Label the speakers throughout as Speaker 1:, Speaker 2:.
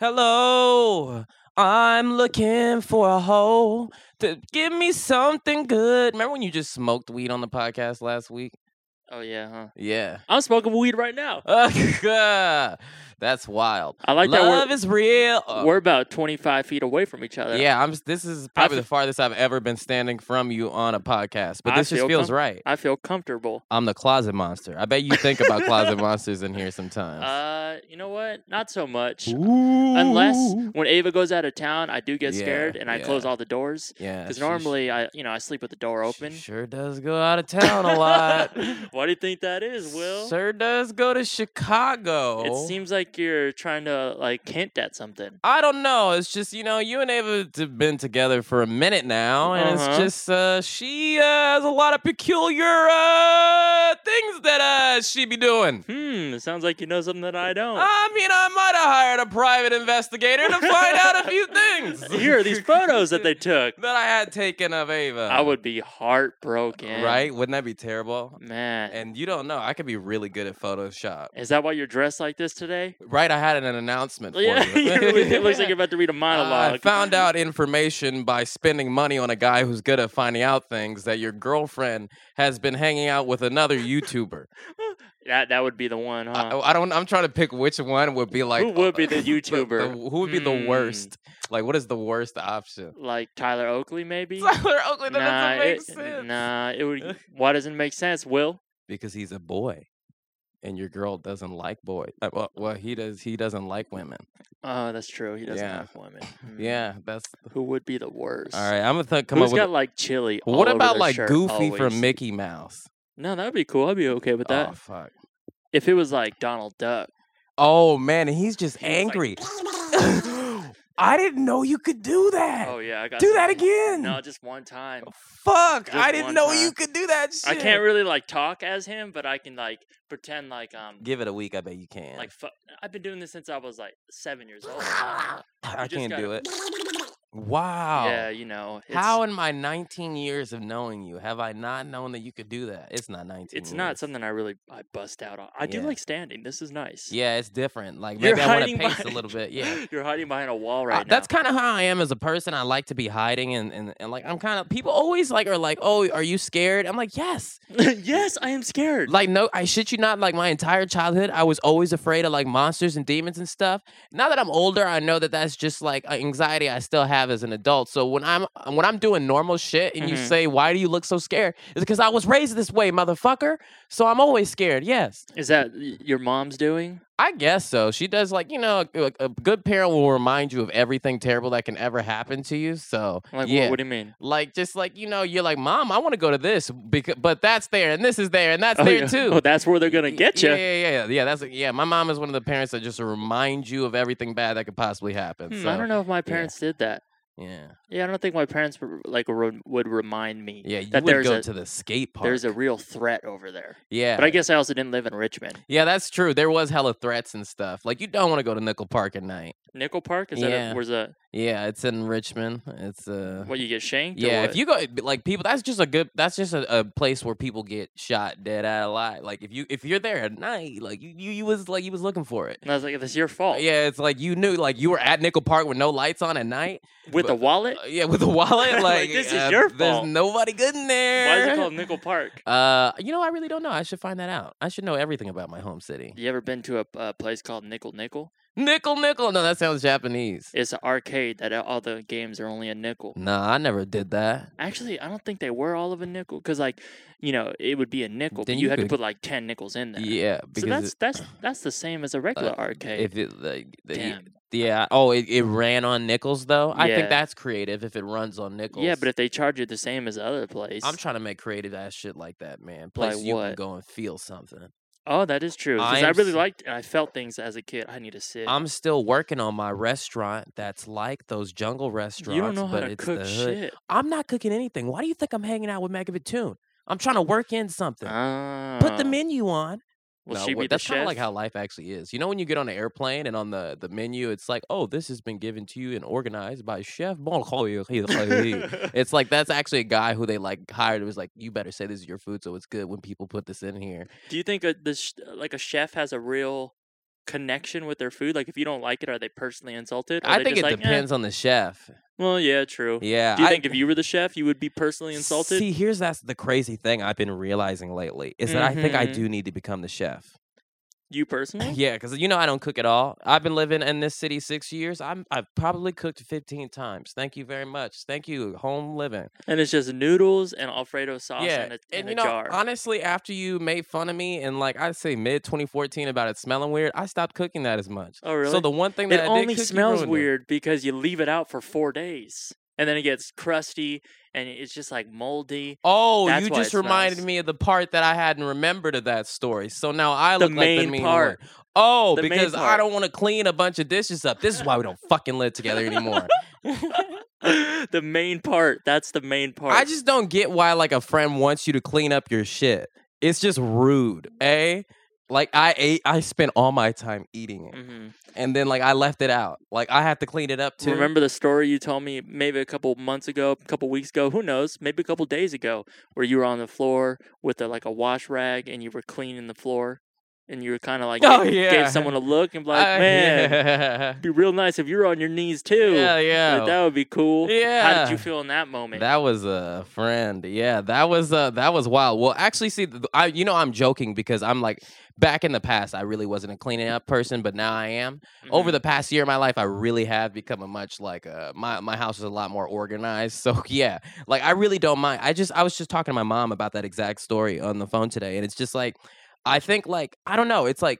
Speaker 1: Hello, I'm looking for a hole to give me something good. Remember when you just smoked weed on the podcast last week?
Speaker 2: Oh yeah, huh?
Speaker 1: Yeah.
Speaker 2: I'm smoking weed right now.
Speaker 1: That's wild.
Speaker 2: I like
Speaker 1: Love
Speaker 2: that
Speaker 1: is real.
Speaker 2: we're
Speaker 1: Uh,
Speaker 2: we're about 25 feet away from each other.
Speaker 1: yeah, I'm. s- This is probably
Speaker 2: fe-
Speaker 1: the farthest I've ever been standing from you on a podcast, but
Speaker 2: I
Speaker 1: this just
Speaker 2: feel
Speaker 1: feels
Speaker 2: com-
Speaker 1: right.
Speaker 2: I feel comfortable.
Speaker 1: I'm the closet monster. I bet you think about closet monsters in here sometimes.
Speaker 2: Uh, you know what? Not so much. Unless
Speaker 1: Ooh.
Speaker 2: when Ava goes out of town, I do get
Speaker 1: Yeah,
Speaker 2: scared and I close
Speaker 1: yeah.
Speaker 2: all the doors
Speaker 1: yeah,
Speaker 2: because
Speaker 1: she sh-
Speaker 2: normally I, you know, I sleep with the door
Speaker 1: she
Speaker 2: open.
Speaker 1: sure does go out of town a lot.
Speaker 2: Why do you think that is, Will?
Speaker 1: Sure does go to Chicago.
Speaker 2: It seems like you're trying to like hint at something.
Speaker 1: I don't know. It's just you know you and Ava have been together for a minute now, and it's
Speaker 2: Uh-huh.
Speaker 1: just uh, she uh, has a lot of peculiar uh, things that uh, she be doing.
Speaker 2: Hmm, it sounds like you know something that I don't.
Speaker 1: I mean, I might have hired a private investigator to find out a few things.
Speaker 2: Here are these photos that they took.
Speaker 1: that I had taken of Ava.
Speaker 2: I would be heartbroken.
Speaker 1: right? Wouldn't that be terrible?
Speaker 2: Man.
Speaker 1: And you don't know. I could be really good at Photoshop.
Speaker 2: Is that why you're dressed like this today?
Speaker 1: Right? I had an announcement for
Speaker 2: Yeah,
Speaker 1: you.
Speaker 2: you really- it looks like you're about to read a monologue.
Speaker 1: I found out information by spending money on a guy who's good at finding out things that your girlfriend has been hanging out with another YouTuber.
Speaker 2: that that would be the one, huh?
Speaker 1: I, I don't. I'm trying to pick which one would be like.
Speaker 2: Uh-huh.
Speaker 1: uh,
Speaker 2: Who would be the YouTuber?
Speaker 1: who would be the
Speaker 2: Hmm.
Speaker 1: worst? Like, what is the worst option?
Speaker 2: like Tyler Oakley, maybe.
Speaker 1: Tyler Oakland. That
Speaker 2: nah,
Speaker 1: doesn't make
Speaker 2: it,
Speaker 1: sense.
Speaker 2: nah, it would. Why doesn't it make sense? Will
Speaker 1: Because he's a boy, and your girl doesn't like boys. Uh, well, well, he does. He doesn't like women.
Speaker 2: oh, that's true. He doesn't
Speaker 1: Yeah.
Speaker 2: like women. Hmm.
Speaker 1: Yeah, that's
Speaker 2: Who would be the worst?
Speaker 1: all right. I'm gonna th- come
Speaker 2: Who's
Speaker 1: up
Speaker 2: got
Speaker 1: with.
Speaker 2: like chili? all
Speaker 1: what
Speaker 2: over
Speaker 1: about
Speaker 2: their
Speaker 1: like
Speaker 2: shirt
Speaker 1: Goofy
Speaker 2: always?
Speaker 1: from Mickey Mouse?
Speaker 2: No, that'd be cool. I'd be okay with that.
Speaker 1: Oh fuck.
Speaker 2: If it was like Donald Duck,
Speaker 1: Oh man, and he's just
Speaker 2: He was like,
Speaker 1: angry. I didn't know you could do that.
Speaker 2: oh yeah, I got
Speaker 1: do that
Speaker 2: something.
Speaker 1: again.
Speaker 2: No, just one time.
Speaker 1: Fuck!
Speaker 2: Just
Speaker 1: I didn't
Speaker 2: one
Speaker 1: know
Speaker 2: time.
Speaker 1: you could do that shit.
Speaker 2: I can't really like talk as him, but I can like pretend like um
Speaker 1: Give it a week. I bet you can.
Speaker 2: like fu- I've been doing this since I was like seven years old.
Speaker 1: I
Speaker 2: you just
Speaker 1: can't
Speaker 2: gotta-
Speaker 1: do it. Wow.
Speaker 2: Yeah, you know it's,
Speaker 1: How in my 19 years of knowing you have I not known that you could do that? It's not 19.
Speaker 2: it's not
Speaker 1: years.
Speaker 2: something I really I bust out on. I do
Speaker 1: Yeah.
Speaker 2: like standing. This is nice.
Speaker 1: Yeah, it's different. Like
Speaker 2: You're
Speaker 1: maybe I want to
Speaker 2: hiding
Speaker 1: pace a
Speaker 2: behind-
Speaker 1: little bit. Yeah.
Speaker 2: you're hiding behind a wall
Speaker 1: Uh,
Speaker 2: right
Speaker 1: that's
Speaker 2: now.
Speaker 1: kind of how I am as a person. I like to be hiding and, and, and like I'm kind of people always like are like, "Oh, are you scared?" I'm like, "Yes."
Speaker 2: yes, I am scared.
Speaker 1: Like no, I shit you not, like my entire childhood I was always afraid of like monsters and demons and stuff. Now that I'm older, I know that that's just like a anxiety I still have as an adult. So when I'm uh, when I'm doing normal shit and you
Speaker 2: Mhm.
Speaker 1: say, "Why do you look so scared?" It's cuz I was raised this way, motherfucker. So I'm always scared. Yes.
Speaker 2: is that y- your mom's doing?
Speaker 1: I guess so. She does like you know a, a good parent will remind you of everything terrible that can ever happen to you. So
Speaker 2: Like, wh-
Speaker 1: yeah,
Speaker 2: what, do you mean?
Speaker 1: like just like you know you're like mom, I want to go to this because but that's there and this is there and that's
Speaker 2: oh,
Speaker 1: there
Speaker 2: yeah.
Speaker 1: too.
Speaker 2: Oh, that's where they're gonna
Speaker 1: Y-
Speaker 2: get you.
Speaker 1: Yeah, yeah, yeah, yeah. That's yeah. My mom is one of the parents that just remind you of everything bad that could possibly happen. so
Speaker 2: Hmm, I don't know if my parents did that.
Speaker 1: yeah,
Speaker 2: Yeah, I don't think my parents were, like re- would remind me.
Speaker 1: yeah. You
Speaker 2: that
Speaker 1: would
Speaker 2: there's
Speaker 1: go
Speaker 2: a
Speaker 1: to the skate park.
Speaker 2: there's a real threat over there.
Speaker 1: yeah,
Speaker 2: But I guess I also didn't live in Richmond.
Speaker 1: yeah. That's true. There was hella threats and stuff. Like you don't want to go to Nickel Park at night.
Speaker 2: Nickel Park is that
Speaker 1: Yeah.
Speaker 2: a, where's a
Speaker 1: Yeah, it's in Richmond. It's uh.
Speaker 2: what you get shanked? or
Speaker 1: Yeah,
Speaker 2: what?
Speaker 1: if you go like people, that's just a good. That's just a, a place where people get shot dead out alive. Like if you if you're there at night, like you you, you was like you was looking for it.
Speaker 2: And I was like, "That's your fault."
Speaker 1: Yeah, it's like you knew like you were at Nickel Park with no lights on at night.
Speaker 2: With a wallet?
Speaker 1: Uh, yeah, with a wallet. Like,
Speaker 2: Like, this is
Speaker 1: uh,
Speaker 2: your
Speaker 1: There's
Speaker 2: fault.
Speaker 1: nobody good in there.
Speaker 2: Why is it called Nickel Park?
Speaker 1: Uh, you know, I really don't know. I should find that out. I should know everything about my home city.
Speaker 2: You ever been to a, a place called Nickel Nickel?
Speaker 1: Nickel, nickel. No, that sounds Japanese.
Speaker 2: It's an arcade that all the games are only a nickel.
Speaker 1: Nah, I never did that.
Speaker 2: Actually, I don't think they were all of a nickel because, like, you know, it would be a nickel,
Speaker 1: Then
Speaker 2: but you,
Speaker 1: you
Speaker 2: had
Speaker 1: could-
Speaker 2: to put like ten nickels in there.
Speaker 1: Yeah,
Speaker 2: so
Speaker 1: because
Speaker 2: that's
Speaker 1: it- Uh,
Speaker 2: that's that's the same as a regular arcade.
Speaker 1: if it like the-
Speaker 2: Damn.
Speaker 1: Yeah. Oh, it, it ran on nickels though. I
Speaker 2: Yeah.
Speaker 1: think that's creative if it runs on nickels.
Speaker 2: Yeah, but if they charge you the same as other place,
Speaker 1: I'm trying to make creative ass shit like that, man. Place you can
Speaker 2: what?
Speaker 1: go and feel something.
Speaker 2: oh, that is true. 'cause
Speaker 1: I
Speaker 2: I
Speaker 1: am
Speaker 2: really
Speaker 1: s-
Speaker 2: liked, I felt things as a kid. I need to sit.
Speaker 1: I'm still working on my restaurant that's like those jungle restaurants,
Speaker 2: you don't know how
Speaker 1: but
Speaker 2: to
Speaker 1: it's
Speaker 2: cook
Speaker 1: the hood.
Speaker 2: shit.
Speaker 1: I'm not cooking anything. Why do you think I'm hanging out with Megan Batoon? I'm trying to work in something. Put the
Speaker 2: Ah.
Speaker 1: menu on.
Speaker 2: Will
Speaker 1: No,
Speaker 2: she
Speaker 1: wait,
Speaker 2: be the
Speaker 1: that's kind
Speaker 2: chef?
Speaker 1: of like how life actually is. You know, when you get on an airplane and on the, the menu, it's like, oh, this has been given to you and organized by Chef Bonjour. It's like that's actually a guy who they like hired. It was like, you better say this
Speaker 2: uh,
Speaker 1: is your food, so it's good when people put this in here.
Speaker 2: Do you think a, this sh- like a chef has a real connection with their food? Like, if you don't like it, are they personally insulted? Are
Speaker 1: I
Speaker 2: they
Speaker 1: think it
Speaker 2: just like, eh,
Speaker 1: depends on the chef.
Speaker 2: well, yeah, true.
Speaker 1: Yeah.
Speaker 2: Do you
Speaker 1: I-
Speaker 2: think if you were the chef, you would be personally insulted?
Speaker 1: See, here's that's the crazy thing I've been realizing lately is that I think I
Speaker 2: Mhm.
Speaker 1: do need to become the chef.
Speaker 2: you personally?
Speaker 1: Yeah, because you know I don't cook at all. I've been living in this city six years. I'm I've probably cooked 15 times. Thank you very much. Thank you, home living.
Speaker 2: And it's just noodles and Alfredo sauce
Speaker 1: yeah,
Speaker 2: in a, in
Speaker 1: and
Speaker 2: a
Speaker 1: you know,
Speaker 2: jar.
Speaker 1: honestly, after you made fun of me in like I'd say mid 2014 about it smelling weird, I stopped cooking that as much.
Speaker 2: oh, really?
Speaker 1: So the one thing
Speaker 2: it
Speaker 1: that I did
Speaker 2: only
Speaker 1: cook, you
Speaker 2: smells
Speaker 1: ruined it.
Speaker 2: weird because you leave it out for four days and then it gets crusty and it's just like moldy.
Speaker 1: Oh,
Speaker 2: That's
Speaker 1: you
Speaker 2: why it
Speaker 1: just reminded
Speaker 2: smells.
Speaker 1: me of the part that I hadn't remembered of that story. So now I
Speaker 2: The
Speaker 1: look like the
Speaker 2: main
Speaker 1: mean
Speaker 2: part.
Speaker 1: one. Oh,
Speaker 2: The main
Speaker 1: because I
Speaker 2: part.
Speaker 1: don't want to clean a bunch of dishes up. This is why we don't fucking live together anymore.
Speaker 2: the main part. That's the main part.
Speaker 1: I just don't get why like a friend wants you to clean up your shit. It's just rude, eh? Like I ate, I spent all my time eating it,
Speaker 2: Mhm.
Speaker 1: and then like I left it out. Like I have to clean it up too.
Speaker 2: Remember the story you told me maybe a couple months ago, a couple weeks ago, who knows, maybe a couple days ago, where you were on the floor with a, like a wash rag and you were cleaning the floor and you were kind of like
Speaker 1: Oh,
Speaker 2: gave, gave
Speaker 1: yeah.
Speaker 2: someone a look and be like,
Speaker 1: Uh,
Speaker 2: man,
Speaker 1: yeah.
Speaker 2: be real nice if you're on your knees too.
Speaker 1: yeah,
Speaker 2: Like,
Speaker 1: yeah,
Speaker 2: that would be cool.
Speaker 1: yeah.
Speaker 2: How did you feel in that moment?
Speaker 1: That was a friend. Yeah, that was uh that was wild. Well, actually, see, th- I you know I'm joking because I'm like back in the past I really wasn't a cleaning up person, but now I am.
Speaker 2: Mm-hmm.
Speaker 1: Over the past year of my life, I really have become a much like uh my my house is a lot more organized. So yeah, like I really don't mind. I just I was just talking to my mom about that exact story on the phone today, and it's just like I think like I don't know. It's like.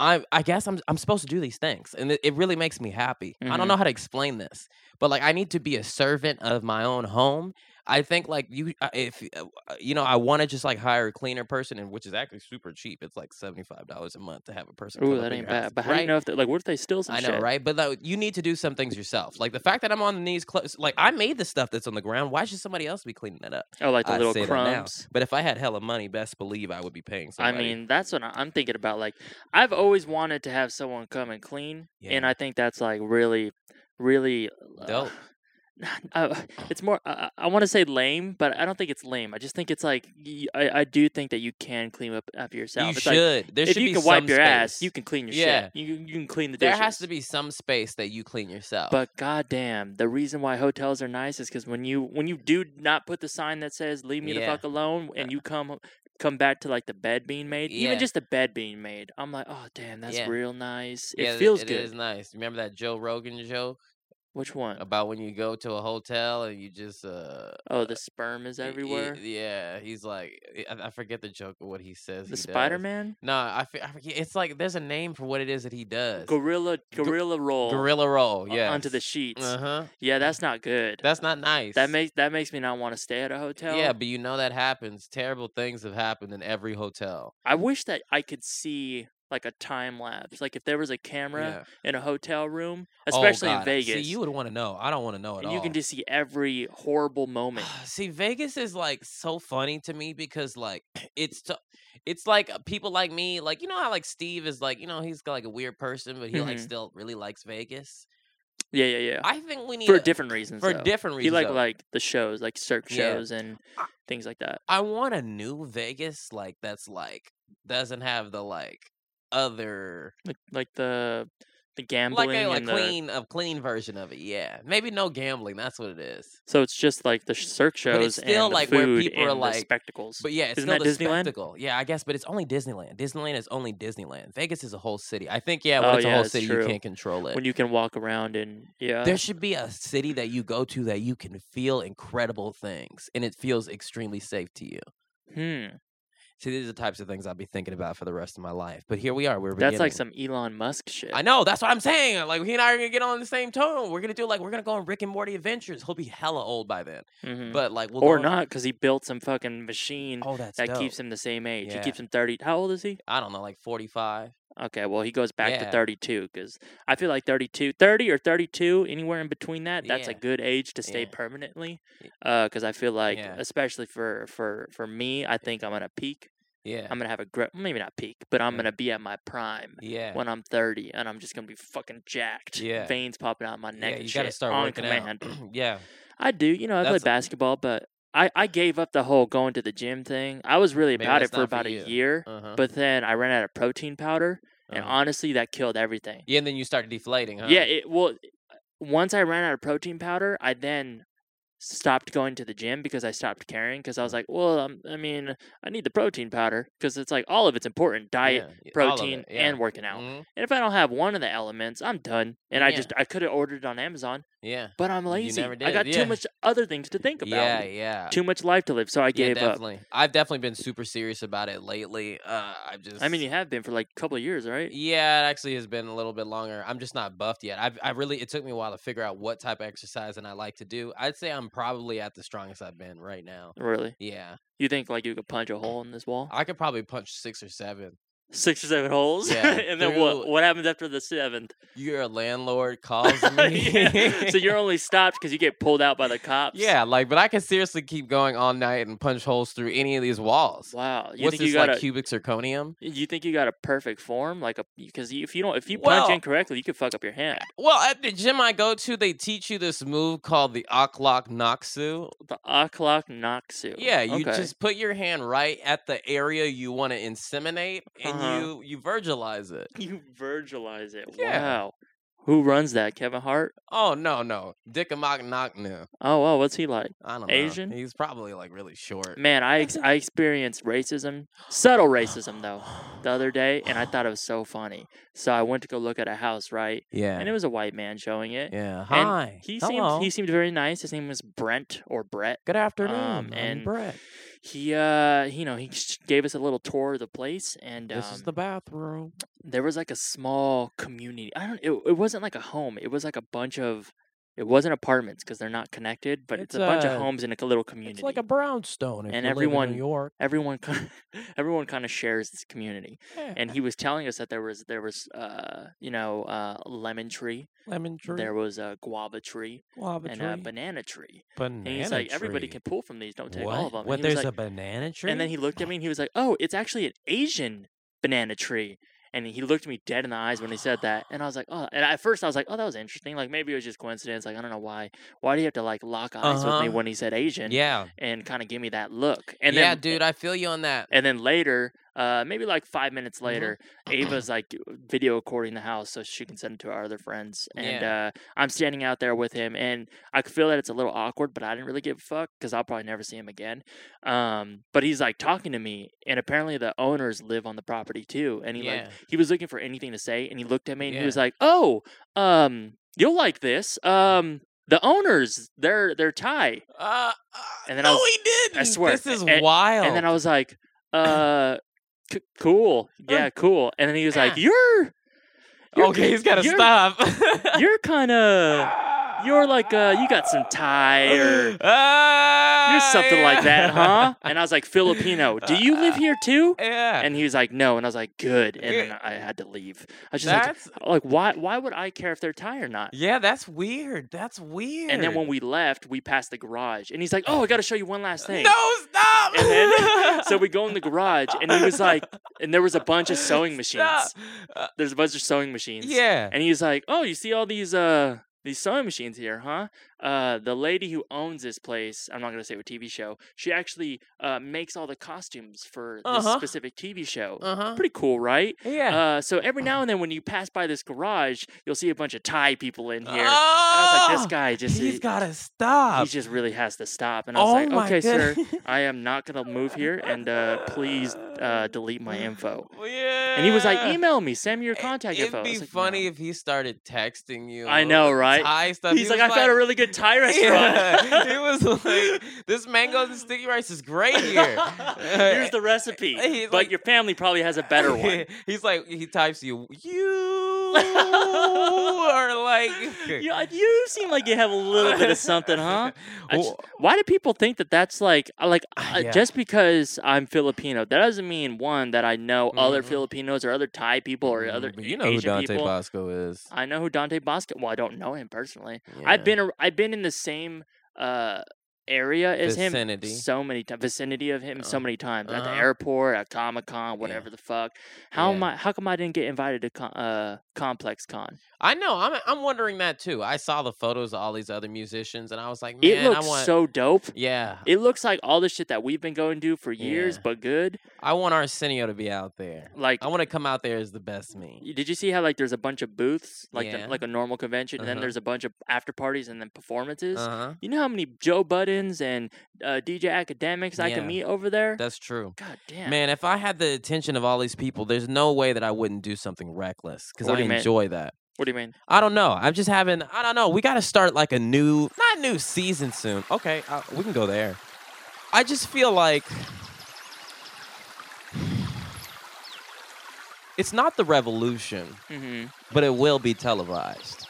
Speaker 1: I, I guess I'm I'm supposed to do these things, and it, it really makes me happy. I
Speaker 2: Mhm.
Speaker 1: don't know how to explain this, but like I need to be a servant of my own home. I think like you, I- if uh, you know, I want to just like hire a cleaner person, and which is actually super cheap. It's like seventy five dollars a month to have a person.
Speaker 2: Ooh,
Speaker 1: clean up
Speaker 2: that
Speaker 1: in
Speaker 2: ain't
Speaker 1: your house,
Speaker 2: bad. But how do
Speaker 1: right?
Speaker 2: you know if they, like what if they steal some
Speaker 1: I know,
Speaker 2: shit?
Speaker 1: right? But like, you need to do some things yourself. Like the fact that I'm on the knees, close, like I made the stuff that's on the ground. Why should somebody else be cleaning that up?
Speaker 2: Oh, like the
Speaker 1: I
Speaker 2: little
Speaker 1: say that now.
Speaker 2: crumbs.
Speaker 1: But if I had hella money, best believe I would be paying
Speaker 2: I
Speaker 1: somebody.
Speaker 2: mean, that's what I- I'm thinking about. Like, I've always wanted to have someone come and clean, and
Speaker 1: Yeah.
Speaker 2: I think that's like really, really uh,
Speaker 1: dope.
Speaker 2: uh, it's more. I, I want to say lame, but I don't think it's lame. I just think it's like y- I, I do think that you can clean up after yourself.
Speaker 1: You
Speaker 2: it's
Speaker 1: should.
Speaker 2: Like,
Speaker 1: there
Speaker 2: if
Speaker 1: should
Speaker 2: you
Speaker 1: be
Speaker 2: can wipe
Speaker 1: some
Speaker 2: your ass,
Speaker 1: space.
Speaker 2: you can clean your
Speaker 1: Yeah.
Speaker 2: shit. You, can- you can clean the
Speaker 1: There
Speaker 2: dishes.
Speaker 1: has to be some space that you clean yourself.
Speaker 2: But goddamn, the reason why hotels are nice is because when you when you do not put the sign that says "Leave me the
Speaker 1: Yeah. Uh
Speaker 2: fuck alone" and you come come back to like the bed being made,
Speaker 1: Yeah.
Speaker 2: even just the bed being made, I'm like, oh damn, that's
Speaker 1: Yeah.
Speaker 2: real nice.
Speaker 1: yeah,
Speaker 2: it feels
Speaker 1: it
Speaker 2: good.
Speaker 1: is nice. Remember that Joe Rogan joke
Speaker 2: Which one?
Speaker 1: about when you go to a hotel and you just uh
Speaker 2: Oh, the sperm is
Speaker 1: y- y-
Speaker 2: everywhere.
Speaker 1: yeah, he's like eh, I, I forget the joke of what he says. he
Speaker 2: the
Speaker 1: does.
Speaker 2: Spider Man,
Speaker 1: No, I, fe- I forget. It's like there's a name for what it is that he does.
Speaker 2: gorilla, gorilla roll
Speaker 1: Gorilla roll.
Speaker 2: o-
Speaker 1: Yeah.
Speaker 2: onto the sheets.
Speaker 1: Uh huh.
Speaker 2: Yeah, that's not good.
Speaker 1: That's not nice.
Speaker 2: that makes that makes me not want to stay at a hotel.
Speaker 1: Yeah, but you know that happens. Terrible things have happened in every hotel.
Speaker 2: I wish that I could see like a time lapse. Like if there was a camera
Speaker 1: Yeah.
Speaker 2: in a hotel room,
Speaker 1: Oh,
Speaker 2: especially in
Speaker 1: God.
Speaker 2: Vegas.
Speaker 1: See, you would want to know. I don't want to know at
Speaker 2: and
Speaker 1: all. Ah,
Speaker 2: you can just see every horrible moment.
Speaker 1: See, Vegas is like so funny to me because like it's t- it's like uh, people like me, like you know how like Steve is like you know he's like a weird person, but he like
Speaker 2: Mhm.
Speaker 1: still really likes Vegas.
Speaker 2: yeah, yeah, yeah.
Speaker 1: I think we need
Speaker 2: for
Speaker 1: a-
Speaker 2: different reasons.
Speaker 1: for
Speaker 2: though.
Speaker 1: different
Speaker 2: He
Speaker 1: reasons.
Speaker 2: like
Speaker 1: though.
Speaker 2: like the shows, like Cirque
Speaker 1: Yeah.
Speaker 2: shows and things like that.
Speaker 1: I want a new Vegas like that's like doesn't have the like other
Speaker 2: Like like the the gambling
Speaker 1: like a like
Speaker 2: and the
Speaker 1: clean a clean version of it. Yeah, maybe no gambling. That's what it is.
Speaker 2: so it's just like the sh- Cirque
Speaker 1: But
Speaker 2: shows
Speaker 1: it's still,
Speaker 2: and
Speaker 1: like,
Speaker 2: the
Speaker 1: where
Speaker 2: food
Speaker 1: people are
Speaker 2: and
Speaker 1: like-
Speaker 2: the spectacles.
Speaker 1: But yeah, it's
Speaker 2: Isn't
Speaker 1: still
Speaker 2: that
Speaker 1: the
Speaker 2: Disneyland?
Speaker 1: spectacle. Yeah, I guess, but it's only Disneyland. Disneyland is only Disneyland. Vegas is a whole city. I think yeah, when
Speaker 2: Oh,
Speaker 1: it's a
Speaker 2: yeah,
Speaker 1: whole
Speaker 2: that's
Speaker 1: city,
Speaker 2: true.
Speaker 1: you can't control it.
Speaker 2: when you uh can walk around and yeah,
Speaker 1: there should be a city that you go to that you can feel incredible things, and it feels extremely safe to you.
Speaker 2: hmm.
Speaker 1: See, these are the types of things I'll be thinking about for the rest of my life. But here we are. We're
Speaker 2: That's like
Speaker 1: beginning.
Speaker 2: some Elon Musk shit.
Speaker 1: I know. That's what I'm saying. Like he and I are gonna get on the same tone. We're gonna do like we're gonna go on Rick and Morty adventures. He'll be hella old by then,
Speaker 2: Mhm.
Speaker 1: but like we'll go
Speaker 2: or
Speaker 1: on-
Speaker 2: not because he built some fucking machine
Speaker 1: Oh, that's
Speaker 2: Mm, that
Speaker 1: dope.
Speaker 2: keeps him the same age.
Speaker 1: Yeah.
Speaker 2: He keeps him thirty. How old is he?
Speaker 1: I don't know, like 45.
Speaker 2: Okay, well, he goes back
Speaker 1: Yeah.
Speaker 2: to 32 because I feel like 32, 30 or 32, anywhere in between that, that's a
Speaker 1: Yeah.
Speaker 2: good age to stay
Speaker 1: Yeah.
Speaker 2: permanently.
Speaker 1: Y-
Speaker 2: Because I feel like,
Speaker 1: Yeah.
Speaker 2: especially for for for me, I think I'm gonna peak.
Speaker 1: Yeah.
Speaker 2: I'm gonna have a gr- maybe not peak, but I'm
Speaker 1: Yeah.
Speaker 2: gonna be at my prime
Speaker 1: yeah.
Speaker 2: when I'm 30, and I'm just gonna be fucking jacked.
Speaker 1: Yeah.
Speaker 2: veins popping out of my neck.
Speaker 1: yeah,
Speaker 2: and
Speaker 1: you gotta
Speaker 2: shit
Speaker 1: start
Speaker 2: on
Speaker 1: working
Speaker 2: command.
Speaker 1: out. yeah.
Speaker 2: I do. You know, I
Speaker 1: That's-
Speaker 2: played basketball, but I I gave up the whole going to the gym thing. I was really
Speaker 1: Maybe
Speaker 2: about
Speaker 1: that's
Speaker 2: it for
Speaker 1: not for
Speaker 2: about
Speaker 1: you.
Speaker 2: a year.
Speaker 1: Uh-huh.
Speaker 2: But then I ran out of protein powder And
Speaker 1: Uh-huh.
Speaker 2: honestly, that killed everything.
Speaker 1: Yeah, and then you start deflating, huh?
Speaker 2: Yeah, it well once I ran out of protein powder, I then stopped going to the gym because I stopped caring because I
Speaker 1: Mm.
Speaker 2: was like, well, um, I mean, I need the protein powder because it's like all of it's important, diet,
Speaker 1: Yeah, all of
Speaker 2: protein,
Speaker 1: it, yeah.
Speaker 2: and working out.
Speaker 1: Mhm,
Speaker 2: And if I don't have one of the elements, I'm done. And I
Speaker 1: Yeah.
Speaker 2: just I could have ordered it on Amazon,
Speaker 1: Yeah.
Speaker 2: but I'm
Speaker 1: You
Speaker 2: lazy.
Speaker 1: never
Speaker 2: I
Speaker 1: did,
Speaker 2: got
Speaker 1: yeah.
Speaker 2: too much other things to think about.
Speaker 1: Yeah, yeah.
Speaker 2: Too much life to live, so I
Speaker 1: yeah,
Speaker 2: gave up.
Speaker 1: definitely. I've definitely been super serious about it lately. Uh, I've just.
Speaker 2: I mean, you have been for like a couple of years, right?
Speaker 1: Yeah, it actually has been a little bit longer. I'm just not buffed yet. I've, I really, it took me a while to figure out what type of exercise and I like to do. I'd say I'm probably at the strongest I've been right now.
Speaker 2: Really?
Speaker 1: Yeah,
Speaker 2: You think like you could punch a hole in this wall?
Speaker 1: I could probably punch six or seven.
Speaker 2: Six or seven holes,
Speaker 1: Yeah,
Speaker 2: and then what?
Speaker 1: through-
Speaker 2: What happens after the seventh?
Speaker 1: Your landlord calls me.
Speaker 2: Yeah. so you're only stopped because you get pulled out by the cops.
Speaker 1: yeah, like, but I can seriously keep going all night and punch holes through any of these walls.
Speaker 2: Wow. You
Speaker 1: What's
Speaker 2: think
Speaker 1: this
Speaker 2: you got
Speaker 1: like
Speaker 2: a,
Speaker 1: cubic zirconium?
Speaker 2: you think you got a perfect form, like a because if you don't if you punch
Speaker 1: Well-
Speaker 2: incorrectly, you could fuck up your hand.
Speaker 1: Well, at the gym I go to, they teach you this move called the Aklak Naksu.
Speaker 2: The o'clock Noxu.
Speaker 1: Yeah, you
Speaker 2: Okay.
Speaker 1: just put your hand right at the area you want to inseminate, and
Speaker 2: Uh-huh.
Speaker 1: you you virgilize it.
Speaker 2: you virgilize it.
Speaker 1: Yeah.
Speaker 2: Wow. Who runs that? Kevin Hart.
Speaker 1: Oh no, no, Dickamock Knocknu.
Speaker 2: Oh wow, what's he like?
Speaker 1: I don't know.
Speaker 2: Asian?
Speaker 1: He's probably like really short.
Speaker 2: Man, I ex- I experienced racism, subtle racism though, the other day, and I thought it was so funny. So I went to go look at a house, right?
Speaker 1: Yeah.
Speaker 2: And it was a white man showing it.
Speaker 1: yeah.
Speaker 2: and
Speaker 1: Hi.
Speaker 2: He
Speaker 1: Hello.
Speaker 2: seemed he seemed very nice. His name was Brent or Brett.
Speaker 1: Good afternoon.
Speaker 2: um,
Speaker 1: I'm
Speaker 2: and
Speaker 1: Brett.
Speaker 2: he uh you know he sh- gave us a little tour of the place and um,
Speaker 1: This is the bathroom.
Speaker 2: there was like a small community i don't it, it wasn't like a home it was like a bunch of it wasn't apartments because they're not connected but it's,
Speaker 1: It's
Speaker 2: a, bunch
Speaker 1: a-
Speaker 2: of homes in like a little community
Speaker 1: It's like a brownstone. If you
Speaker 2: And
Speaker 1: live in
Speaker 2: everyone-
Speaker 1: New York.
Speaker 2: everyone kin- everyone kind of shares this community
Speaker 1: Yeah.
Speaker 2: and he was telling us that there was there was uh you know uh lemon tree,
Speaker 1: lemon tree.
Speaker 2: there was a guava tree
Speaker 1: guava
Speaker 2: and
Speaker 1: tree.
Speaker 2: a banana tree
Speaker 1: banana
Speaker 2: and he's like everybody
Speaker 1: tree.
Speaker 2: can pull from these don't take
Speaker 1: what?
Speaker 2: all of them
Speaker 1: What?
Speaker 2: and he was
Speaker 1: There's
Speaker 2: like,
Speaker 1: a banana tree.
Speaker 2: And then he looked at me and he was like, "Oh, it's actually an Asian banana tree." And he looked me dead in the eyes when he said that, and I was like, "Oh!" And at first, I was like, "Oh, that was interesting. Like maybe it was just coincidence. Like I don't know why. Why do you have to like lock eyes with me
Speaker 1: Uh-huh.
Speaker 2: when he said Asian
Speaker 1: Yeah.
Speaker 2: and kind of give me that look?" And
Speaker 1: yeah,
Speaker 2: then,
Speaker 1: dude, I feel you on that.
Speaker 2: And then later, uh, maybe like five
Speaker 1: Mm-hmm.
Speaker 2: minutes later, Ava's like video recording the house so she can send it to our other friends. And uh, I'm standing out there with him, and I could feel that it's a little awkward, but I didn't really give a fuck because I'll probably never see him again. Um, but he's like talking to me, and apparently the owners live on the property too. And he like
Speaker 1: Yeah.
Speaker 2: he was looking for anything to say, and he looked at me and he
Speaker 1: Yeah. Mm-hmm.
Speaker 2: was like, "Oh, um, you'll like this. Um, the owners, they're they're Thai."
Speaker 1: Uh, uh,
Speaker 2: And then I
Speaker 1: no,
Speaker 2: was-
Speaker 1: he didn't.
Speaker 2: swear,
Speaker 1: This is
Speaker 2: a- and
Speaker 1: wild.
Speaker 2: And then I was like, uh, c- cool. Yeah, cool. And then he was like,
Speaker 1: Ah.
Speaker 2: you're. you're
Speaker 1: okay,
Speaker 2: ki-
Speaker 1: he's got to
Speaker 2: you're-
Speaker 1: stop.
Speaker 2: You're kind of. You're like, uh, you got some Thai or.
Speaker 1: Ah,
Speaker 2: You're something like that, huh? And I was like, Filipino, do you live here too?
Speaker 1: yeah.
Speaker 2: And he was like, no. And I was like, good. And
Speaker 1: Yeah.
Speaker 2: then I had to leave. I was just like,
Speaker 1: that's
Speaker 2: like, why, why would I care if they're Thai or not?
Speaker 1: yeah, that's weird. That's weird.
Speaker 2: And then when we left, we passed the garage. And he's like, oh, I got to show you one last thing.
Speaker 1: Uh, no stop.
Speaker 2: And then, so we go in the garage, and he was like, and there was a bunch of sewing machines.
Speaker 1: Stop. Uh,
Speaker 2: There's a bunch of sewing machines.
Speaker 1: yeah.
Speaker 2: And he's like, "Oh, you see all these uh these sewing machines here, huh? Uh, the lady who owns this place, I'm not gonna say what TV show, she actually uh makes all the costumes for this
Speaker 1: Uh-huh.
Speaker 2: specific TV show.
Speaker 1: Uh huh.
Speaker 2: Pretty cool, right?
Speaker 1: Yeah. Uh-huh.
Speaker 2: Uh, so every now and then when you pass by this garage, you'll see a bunch of Thai people in
Speaker 1: oh,
Speaker 2: here. And I was like, this guy just
Speaker 1: He's
Speaker 2: he,
Speaker 1: got to stop.
Speaker 2: he just really has to stop. And I
Speaker 1: oh
Speaker 2: was
Speaker 1: my
Speaker 2: like, okay, sir,
Speaker 1: goodness.
Speaker 2: I am not gonna move here, and uh, please uh, delete my info.
Speaker 1: Yeah.
Speaker 2: Oh. And he was like, email me, send me your
Speaker 1: It-
Speaker 2: contact
Speaker 1: It'd
Speaker 2: info. I
Speaker 1: be
Speaker 2: was like, "No."
Speaker 1: funny if he started texting you.
Speaker 2: I know,
Speaker 1: with
Speaker 2: right?
Speaker 1: Thai stuff. He
Speaker 2: He's like,
Speaker 1: was
Speaker 2: I found a really good Thai
Speaker 1: Yeah.
Speaker 2: restaurant.
Speaker 1: he was like, this mango and sticky rice is great here.
Speaker 2: Here's the recipe,
Speaker 1: He's
Speaker 2: but
Speaker 1: like-
Speaker 2: your family probably has a better one.
Speaker 1: He's like, he types you, you are like.
Speaker 2: you, uh, you seem like you have a little bit of something, huh? I just-
Speaker 1: Well,
Speaker 2: Why do people think that that's like, I- like
Speaker 1: Ah,
Speaker 2: uh,
Speaker 1: yeah.
Speaker 2: just because I'm Filipino, that doesn't mean one that I know other
Speaker 1: Mhm.
Speaker 2: Filipinos or other Thai people or other
Speaker 1: Mm, but you know
Speaker 2: Asian
Speaker 1: who Dante
Speaker 2: people.
Speaker 1: Bosco is.
Speaker 2: I know who Dante Bosco. Well, I don't know him personally. I've
Speaker 1: Yeah.
Speaker 2: been ar- I've been in the same uh area as
Speaker 1: Vicinity.
Speaker 2: him so many times, vicinity of him so
Speaker 1: Uh,
Speaker 2: many times at the
Speaker 1: uh-huh.
Speaker 2: airport, at Comic Con, whatever the fuck. How am
Speaker 1: Yeah.
Speaker 2: I? How come I didn't get invited to con, uh, Complex Con?
Speaker 1: I know. I'm I'm wondering that too. I saw the photos of all these other musicians, and I was like, man,
Speaker 2: it looks
Speaker 1: I want.
Speaker 2: so dope.
Speaker 1: yeah,
Speaker 2: It looks like all the shit that we've been going to for years,
Speaker 1: Yeah.
Speaker 2: but good.
Speaker 1: I want Arsenio to be out there.
Speaker 2: Like,
Speaker 1: I want to come out there as the best me.
Speaker 2: y- did you see how like there's a bunch of booths, like the-
Speaker 1: Yeah.
Speaker 2: like a normal convention, and then
Speaker 1: Uh-huh.
Speaker 2: there's a bunch of after parties and then performances.
Speaker 1: Uh huh.
Speaker 2: You know how many Joe Buttons and uh, DJ Academics I
Speaker 1: Yeah.
Speaker 2: can meet over there?
Speaker 1: That's true.
Speaker 2: God damn.
Speaker 1: Man, if I had the attention of all these people, there's no way that I wouldn't do something reckless because I
Speaker 2: What do you mean?
Speaker 1: enjoy that.
Speaker 2: What do you mean?
Speaker 1: I don't know. I'm just having. I don't know. We got to start like a new, not new season soon. Okay, uh, we can go there. I just feel like it's not the revolution,
Speaker 2: Mm-hmm.
Speaker 1: but it will be televised.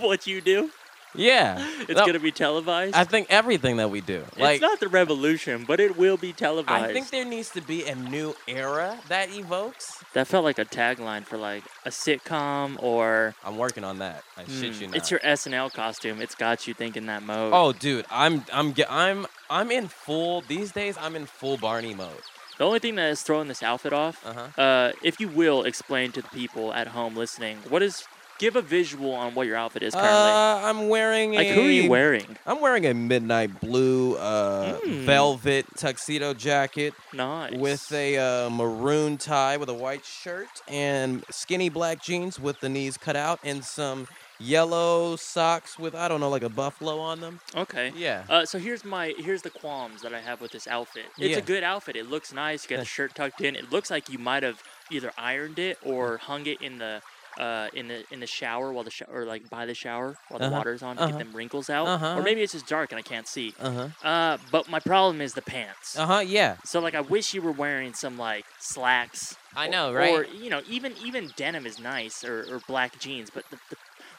Speaker 2: what you do?
Speaker 1: Yeah,
Speaker 2: It's
Speaker 1: No,
Speaker 2: gonna be televised.
Speaker 1: I think everything that we do, like,
Speaker 2: it's not the revolution, but it will be televised.
Speaker 1: I think there needs to be a new era that evokes.
Speaker 2: that felt like a tagline for like a sitcom or.
Speaker 1: I'm working on that. I shit
Speaker 2: Mm,
Speaker 1: you not.
Speaker 2: It's your SNL costume. It's got you thinking that mode.
Speaker 1: Hmm. Oh, dude, I'm, I'm, ge- I'm, I'm in full. These days, I'm in full Barney mode.
Speaker 2: The only thing that is throwing this outfit off,
Speaker 1: Uh huh.
Speaker 2: uh, if you will, explain to the people at home listening what is. Give a visual on what your outfit is currently.
Speaker 1: Uh, I'm wearing
Speaker 2: like
Speaker 1: a,
Speaker 2: who are you wearing?
Speaker 1: I'm wearing a midnight blue uh,
Speaker 2: Mm.
Speaker 1: velvet tuxedo jacket
Speaker 2: Nice.
Speaker 1: with a uh, maroon tie with a white shirt and skinny black jeans with the knees cut out and some yellow socks with I don't know like a buffalo on them.
Speaker 2: okay.
Speaker 1: Yeah.
Speaker 2: Uh, so here's my here's the qualms that I have with this outfit. It's
Speaker 1: Yeah.
Speaker 2: a good outfit. It looks nice. You got the shirt tucked in. It looks like you might have either ironed it or hung it in the uh, in the in the shower while the sho- or like by the shower while the
Speaker 1: Uh-huh,
Speaker 2: water's on to
Speaker 1: uh-huh.
Speaker 2: get them wrinkles out.
Speaker 1: Uh-huh,
Speaker 2: Or
Speaker 1: uh-huh.
Speaker 2: maybe it's just dark and I can't see.
Speaker 1: Uh huh.
Speaker 2: Uh, but my problem is the pants.
Speaker 1: Uh huh. Yeah.
Speaker 2: So like I wish you were wearing some like slacks.
Speaker 1: I
Speaker 2: or-
Speaker 1: know, right?
Speaker 2: Or you know, even even denim is nice or, or black jeans, but the, the,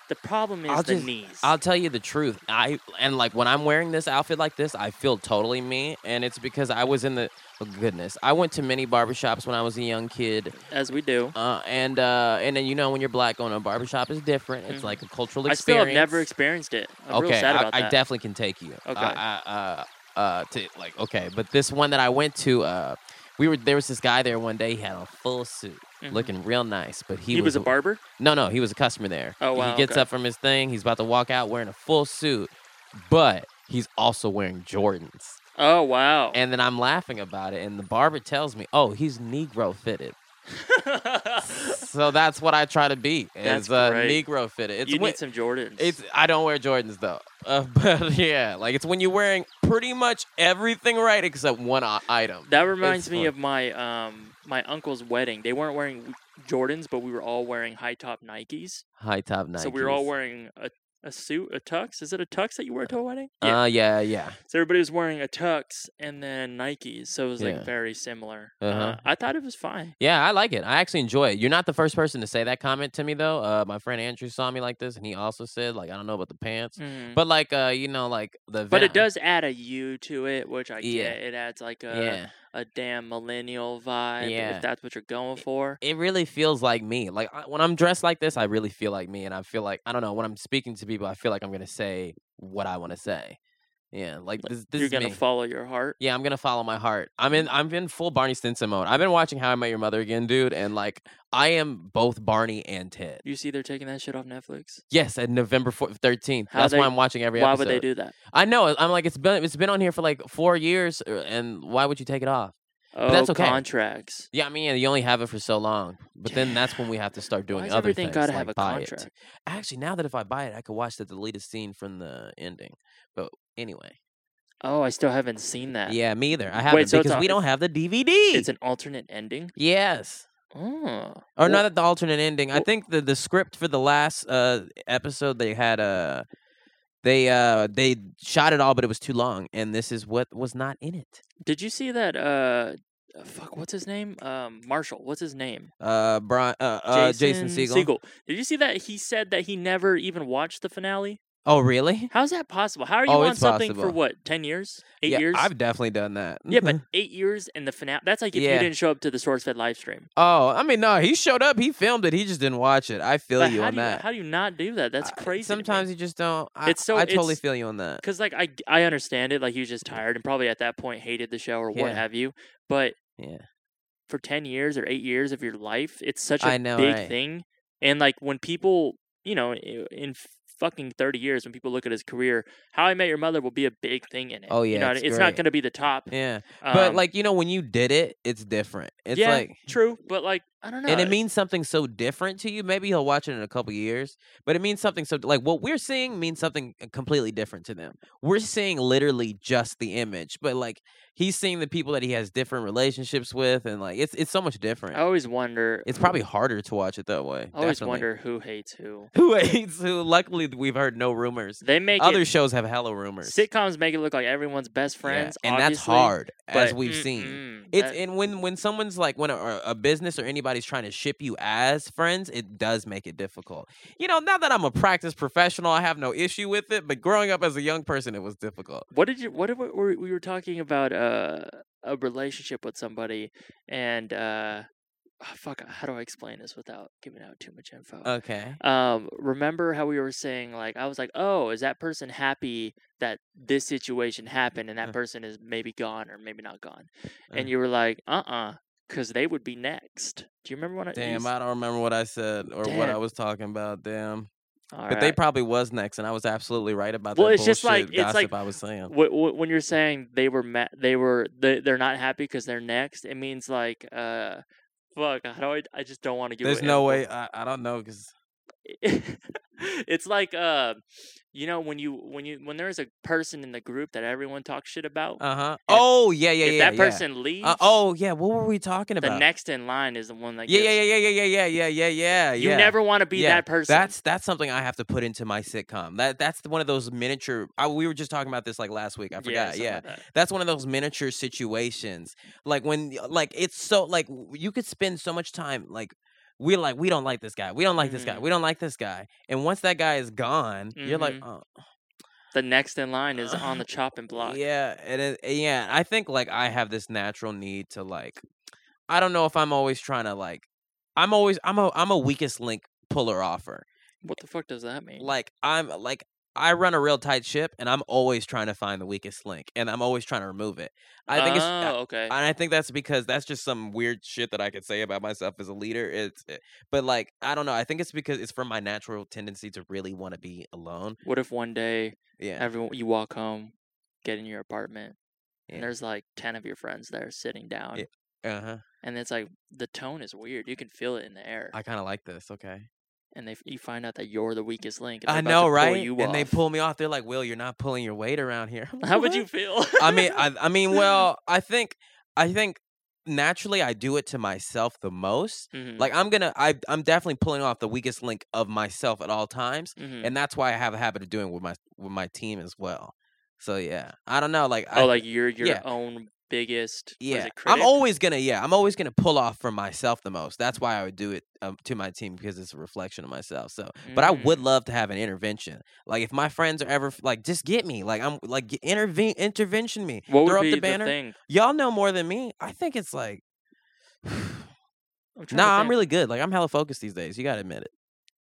Speaker 2: the problem is
Speaker 1: I'll
Speaker 2: the
Speaker 1: just-
Speaker 2: knees.
Speaker 1: I'll tell you the truth. I and like when I'm wearing this outfit like this, I feel totally me, and it's because I was in the oh, goodness. I went to many barbershops when I was a young kid,
Speaker 2: As we do.
Speaker 1: Uh, and uh, and then you know when you're black, going to a barbershop is different. It's
Speaker 2: Mhm.
Speaker 1: like a cultural
Speaker 2: I still
Speaker 1: experience.
Speaker 2: have never experienced it. I'm
Speaker 1: okay,
Speaker 2: real sad
Speaker 1: I,
Speaker 2: about
Speaker 1: I
Speaker 2: that.
Speaker 1: definitely can take you.
Speaker 2: Okay.
Speaker 1: Uh, uh, uh, uh, to, like okay, but this one that I went to, uh, we were there was this guy there one day. He had a full suit,
Speaker 2: Mhm.
Speaker 1: looking real nice, but he,
Speaker 2: he, was a barber.
Speaker 1: No, no, he was a customer there.
Speaker 2: Oh, wow,
Speaker 1: He gets
Speaker 2: okay.
Speaker 1: up from his thing. He's about to walk out wearing a full suit, but he's also wearing Jordans.
Speaker 2: Oh wow.
Speaker 1: And then I'm laughing about it, and the barber tells me, "Oh, he's Negro fitted." so that's what I try to be.
Speaker 2: That's
Speaker 1: Is uh,
Speaker 2: great.
Speaker 1: Negro fitted. It's
Speaker 2: you
Speaker 1: when,
Speaker 2: need some Jordans.
Speaker 1: it's I don't wear Jordans though. Uh, but yeah, like it's when you're wearing pretty much everything right except one i- item.
Speaker 2: that reminds
Speaker 1: it's
Speaker 2: me
Speaker 1: fun.
Speaker 2: of my um my uncle's wedding. They weren't wearing Jordans, but we were all wearing high top Nikes.
Speaker 1: High top Nikes.
Speaker 2: So we were all wearing a, a suit, a tux. Is it a tux that you wear to a wedding?
Speaker 1: Uh, yeah, yeah.
Speaker 2: So everybody was wearing a tux and then Nikes, so it was
Speaker 1: Yeah.
Speaker 2: like very similar. uh
Speaker 1: Uh-huh.
Speaker 2: I thought it was fine.
Speaker 1: Yeah, I like it. I actually enjoy it. You're not the first person to say that comment to me though. Uh, my friend Andrew saw me like this and he also said like I don't know about the pants.
Speaker 2: Mhm.
Speaker 1: But like uh, you know, like the
Speaker 2: But it
Speaker 1: van-
Speaker 2: does add a you to it, which I
Speaker 1: Yeah.
Speaker 2: get. It adds like a
Speaker 1: Yeah.
Speaker 2: a damn millennial vibe
Speaker 1: Yeah.
Speaker 2: if that's what you're going for.
Speaker 1: it really feels like me. Like I, when I'm dressed like this, I really feel like me, and I feel like I don't know when I'm speaking to people, I feel like I'm gonna say what I want to say. Yeah, like this. this
Speaker 2: you're
Speaker 1: is
Speaker 2: gonna Mm-hmm.
Speaker 1: me.
Speaker 2: follow your heart.
Speaker 1: yeah, I'm gonna follow my heart. I'm in. I'm in full Barney Stinson mode. I've been watching How I Met Your Mother again, dude, and like I am both Barney and Ted.
Speaker 2: You see, they're taking that shit off Netflix.
Speaker 1: Yes, at November thirteenth.
Speaker 2: How
Speaker 1: That's
Speaker 2: they-
Speaker 1: why I'm watching every
Speaker 2: Why
Speaker 1: episode.
Speaker 2: would they do that?
Speaker 1: I know. I'm like it's been it's been on here for like four years, uh, and why would you take it off?
Speaker 2: Oh,
Speaker 1: that's okay.
Speaker 2: contracts.
Speaker 1: Yeah, I mean, you only have it for so long, but then that's when we have to start doing
Speaker 2: Why does
Speaker 1: other
Speaker 2: everything
Speaker 1: things.
Speaker 2: gotta
Speaker 1: like
Speaker 2: have a
Speaker 1: buy
Speaker 2: contract?
Speaker 1: It. Actually, now that if I buy it, I could watch the deleted scene from the ending. But anyway,
Speaker 2: Oh, I still haven't seen that.
Speaker 1: yeah, me either. I haven't
Speaker 2: so it's
Speaker 1: because
Speaker 2: a-
Speaker 1: we don't have the DVD.
Speaker 2: It's an alternate ending.
Speaker 1: yes,
Speaker 2: Oh.
Speaker 1: or
Speaker 2: Well-
Speaker 1: not at the alternate ending. I
Speaker 2: well-
Speaker 1: think the the script for the last uh episode they had uh they uh they shot it all, but it was too long, and this is what was not in it.
Speaker 2: Did you see that? Uh, fuck. What's his name? Um, Marshall. What's his name?
Speaker 1: Uh, Brian, uh, uh Jason, Segel.
Speaker 2: Segel. Did you see that he said that he never even watched the finale?
Speaker 1: Oh, really?
Speaker 2: How's that possible? How are you
Speaker 1: Oh,
Speaker 2: on
Speaker 1: it's
Speaker 2: something for
Speaker 1: possible.
Speaker 2: what? Ten years? Eight
Speaker 1: yeah,
Speaker 2: years?
Speaker 1: I've definitely done that.
Speaker 2: Yeah, but eight years in the finale. That's like if
Speaker 1: Mm-hmm. Yeah.
Speaker 2: you didn't show up to the Source Fed live stream.
Speaker 1: oh, I mean, no, he showed up. He filmed it. He just didn't watch it. I feel
Speaker 2: But
Speaker 1: you
Speaker 2: how
Speaker 1: on
Speaker 2: do you,
Speaker 1: that.
Speaker 2: How do you not do that? That's
Speaker 1: I-
Speaker 2: crazy.
Speaker 1: sometimes you just don't. I,
Speaker 2: It's so-
Speaker 1: I totally
Speaker 2: it's-
Speaker 1: feel you on that.
Speaker 2: because like I I understand it. Like he was just tired and probably at that point hated the show or what
Speaker 1: Yeah.
Speaker 2: have you. But
Speaker 1: Yeah.
Speaker 2: for ten years or eight years of your life, it's such a
Speaker 1: I know,
Speaker 2: big
Speaker 1: right?
Speaker 2: thing. And like when people, you know, i- in fucking thirty years, when people look at his career, How I Met Your Mother will be a big thing in it.
Speaker 1: Oh,
Speaker 2: you
Speaker 1: yeah,
Speaker 2: know,
Speaker 1: it's
Speaker 2: it's not
Speaker 1: great.
Speaker 2: going to be the top.
Speaker 1: Yeah, but
Speaker 2: um,
Speaker 1: like you know, when you did it, it's different. It's
Speaker 2: yeah,
Speaker 1: like,
Speaker 2: true. But like I don't know.
Speaker 1: and it means something so different to you. Maybe he'll watch it in a couple years, but it means something so like what we're seeing means something uh, completely different to them. We're seeing literally just the image, but like he's seeing the people that he has different relationships with, and like it's it's so much different.
Speaker 2: I always wonder.
Speaker 1: It's probably harder to watch it that way.
Speaker 2: I Oh. always
Speaker 1: definitely.
Speaker 2: wonder who hates who.
Speaker 1: who hates who. Luckily, we've heard no rumors.
Speaker 2: They make
Speaker 1: Other
Speaker 2: it,
Speaker 1: shows have hella rumors.
Speaker 2: sitcoms make it look like everyone's best
Speaker 1: Yeah,
Speaker 2: friends,
Speaker 1: and that's
Speaker 2: obviously,
Speaker 1: hard, as
Speaker 2: but
Speaker 1: we've seen.
Speaker 2: mm-mm,
Speaker 1: It's
Speaker 2: that-
Speaker 1: and when when someone's like when a, or a business or anybody's trying to ship you as friends, it does make it difficult. You know, now that I'm a practice professional, I have no issue with it. But growing up as a young person, it was difficult.
Speaker 2: What did you? What did we, we we were talking about? Uh, a relationship with somebody, and uh, ah, fuck. How do I explain this without giving out too much info?
Speaker 1: Okay.
Speaker 2: um, remember how we were saying like I was like, oh, is that person happy that this situation happened, and that
Speaker 1: Uh.
Speaker 2: person is maybe gone or maybe not gone, and
Speaker 1: Uh.
Speaker 2: you were like, uh, uh because they would be next. Do you remember when I? you
Speaker 1: Damn,
Speaker 2: s-
Speaker 1: I don't remember what I said or what I
Speaker 2: Damn.
Speaker 1: was talking about. Damn,
Speaker 2: All
Speaker 1: but they
Speaker 2: right.
Speaker 1: probably was next, and I was absolutely right about
Speaker 2: Well,
Speaker 1: that
Speaker 2: it's just like-
Speaker 1: bullshit
Speaker 2: it's like-
Speaker 1: gossip I was saying.
Speaker 2: Wh- wh- when you're saying they were ma- they were they, they're not happy because they're next it means like uh fuck how do i i just don't want to give
Speaker 1: There's
Speaker 2: away
Speaker 1: no
Speaker 2: info.
Speaker 1: way. I, I don't know because
Speaker 2: it's like uh you know when you when you when there's a person in the group that everyone talks shit about
Speaker 1: Uh huh. Oh yeah, yeah,
Speaker 2: if
Speaker 1: yeah.
Speaker 2: that
Speaker 1: yeah.
Speaker 2: person leaves
Speaker 1: Uh, oh yeah. What were we talking
Speaker 2: the
Speaker 1: about?
Speaker 2: next in line is the one that
Speaker 1: yeah,
Speaker 2: gets,
Speaker 1: yeah, yeah, yeah, yeah, yeah, yeah, yeah, yeah.
Speaker 2: you
Speaker 1: yeah.
Speaker 2: never want to be
Speaker 1: Yeah,
Speaker 2: that person
Speaker 1: That's that's something I have to put into my sitcom. That that's one of those miniature. I, we were just talking about this like last week. I forgot.
Speaker 2: something
Speaker 1: Yeah,
Speaker 2: like that.
Speaker 1: that's one of those miniature situations. Like when y- like it's so like w- you could spend so much time like we're like we don't like this guy. We don't like this guy.
Speaker 2: Mhm.
Speaker 1: We don't like this guy. And once that guy is gone, you're like,
Speaker 2: Mm-hmm.
Speaker 1: oh,
Speaker 2: the next in line is on the chopping block
Speaker 1: yeah, and it, yeah, I think like I have this natural need to like, I don't know if I'm always trying to like, I'm always I'm a I'm a weakest link puller offer.
Speaker 2: what the fuck does that mean
Speaker 1: Like I'm like I run a real tight ship, and I'm always trying to find the weakest link, and I'm always trying to remove it. I think it's.
Speaker 2: oh, okay
Speaker 1: And I think that's because that's just some weird shit that I could say about myself as a leader. It's, it- but like I don't know. I think it's because it's from my natural tendency to really want to be alone.
Speaker 2: what if one day
Speaker 1: Yeah,
Speaker 2: everyone you walk home get in your apartment
Speaker 1: Yeah.
Speaker 2: and there's like 10 of your friends there sitting down
Speaker 1: Yeah. uh huh.
Speaker 2: and it's like the tone is weird you can feel it in the air
Speaker 1: I kind of like this. Okay.
Speaker 2: and they f- you find out that you're the weakest link and
Speaker 1: I
Speaker 2: they're about
Speaker 1: know,
Speaker 2: to pull
Speaker 1: right?
Speaker 2: you
Speaker 1: and they
Speaker 2: off.
Speaker 1: pull me off. They're like, "Will, you're not pulling your weight around here." I'm like,
Speaker 2: how would you
Speaker 1: "What?"
Speaker 2: feel
Speaker 1: I mean, I, I mean, well, I think, I think naturally, I do it to myself the most.
Speaker 2: Mhm,
Speaker 1: Like, I'm gonna, I, I'm definitely pulling off the weakest link of myself at all times,
Speaker 2: mhm.
Speaker 1: and that's why I have a habit of doing it with my with my team as well. So yeah, I don't know, like, I,
Speaker 2: oh like you're your
Speaker 1: yeah.
Speaker 2: own biggest what is
Speaker 1: yeah,
Speaker 2: it,
Speaker 1: I'm
Speaker 2: critic?
Speaker 1: always gonna, yeah, I'm always gonna pull off for myself the most. That's why I would do it um, to my team because it's a reflection of myself. So but I would
Speaker 2: Mm,
Speaker 1: love to have an intervention. Like if my friends are ever f- like, just get me. Like I'm like get- intervene, intervention me.
Speaker 2: what would
Speaker 1: throw up
Speaker 2: be
Speaker 1: the banner.
Speaker 2: thing
Speaker 1: Y'all know more than me. I think it's like,
Speaker 2: I'm trying to
Speaker 1: nah, I'm
Speaker 2: think.
Speaker 1: really good. Like I'm hella focused these days. You gotta admit it.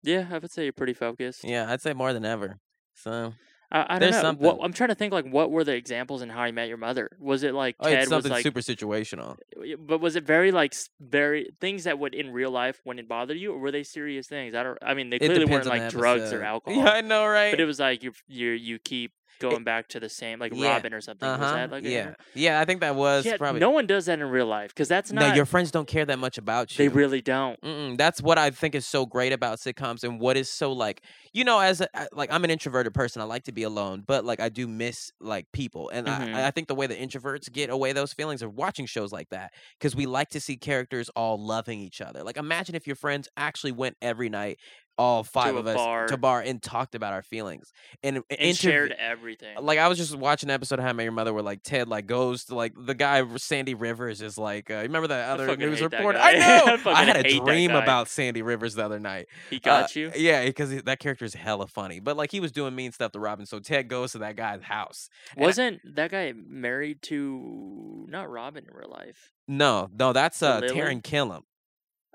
Speaker 2: yeah i would say you're pretty focused
Speaker 1: Yeah, I'd say more than ever. So oh,
Speaker 2: I, I don't
Speaker 1: there's
Speaker 2: know
Speaker 1: something.
Speaker 2: What, i'm trying to think like what were the examples in how i met your mother was it like
Speaker 1: oh,
Speaker 2: ted
Speaker 1: it's
Speaker 2: was
Speaker 1: something
Speaker 2: like
Speaker 1: super situational.
Speaker 2: Y- but was it very like s- very things that would in real life wouldn't bother you or were they serious things i don't i mean they
Speaker 1: It
Speaker 2: clearly weren't
Speaker 1: depends on
Speaker 2: like
Speaker 1: the
Speaker 2: drugs or
Speaker 1: episode.
Speaker 2: alcohol
Speaker 1: Yeah, I know, right?
Speaker 2: but it was like you you you keep going back to the same like
Speaker 1: Yeah,
Speaker 2: robin or something was
Speaker 1: uh-huh,
Speaker 2: that like a-
Speaker 1: yeah, yeah. I think that was
Speaker 2: yeah,
Speaker 1: probably.
Speaker 2: no one does that in real life because that's
Speaker 1: No,
Speaker 2: not
Speaker 1: your friends don't care that much about you.
Speaker 2: they really don't
Speaker 1: Mm-mm. That's what I think is so great about sitcoms and what is so like, you know, as a, I- like I'm an introverted person, I like to be alone, but like I do miss like people, and
Speaker 2: Mhm.
Speaker 1: I, I think the way the introverts get away those feelings are watching shows like that because we like to see characters all loving each other. Like imagine if your friends actually went every night all five
Speaker 2: a
Speaker 1: of us
Speaker 2: bar.
Speaker 1: to bar and talked about our feelings and, and
Speaker 2: and
Speaker 1: interv-
Speaker 2: shared everything.
Speaker 1: uh, like I was just watching an episode of How I Met Your Mother where like Ted like goes to like the guy Sandy Rivers is like uh, remember that other
Speaker 2: fucking
Speaker 1: news
Speaker 2: hate that
Speaker 1: report
Speaker 2: guy.
Speaker 1: I know
Speaker 2: I fucking
Speaker 1: I had
Speaker 2: hate
Speaker 1: a
Speaker 2: that
Speaker 1: dream
Speaker 2: guy.
Speaker 1: about Sandy Rivers the other night
Speaker 2: he got you.
Speaker 1: uh, yeah because that character is hella funny but like he was doing mean stuff to Robin so Ted goes to that guy's house and I-
Speaker 2: Wasn't that guy married to not Robin in real life?
Speaker 1: no no that's
Speaker 2: To
Speaker 1: uh
Speaker 2: Lily?
Speaker 1: Taron Killam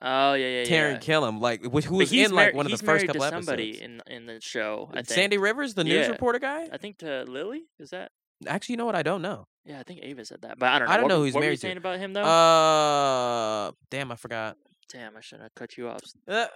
Speaker 2: Oh yeah, yeah,
Speaker 1: Taron
Speaker 2: yeah.
Speaker 1: Killam like wh- who
Speaker 2: But
Speaker 1: was
Speaker 2: he's
Speaker 1: in like
Speaker 2: mar-
Speaker 1: one of the
Speaker 2: he's
Speaker 1: first
Speaker 2: married
Speaker 1: couple
Speaker 2: to somebody
Speaker 1: episodes
Speaker 2: in in the show. I think.
Speaker 1: Sandy Rivers the news
Speaker 2: Yeah.
Speaker 1: reporter guy
Speaker 2: I think to Lily is that?
Speaker 1: actually you know what I don't know
Speaker 2: Yeah, I think Ava said that, but I don't know.
Speaker 1: I don't
Speaker 2: what,
Speaker 1: know who
Speaker 2: were-
Speaker 1: he's
Speaker 2: what were you
Speaker 1: married to.
Speaker 2: saying about him though.
Speaker 1: uh damn I forgot
Speaker 2: Damn, I should have cut you off.
Speaker 1: Uh,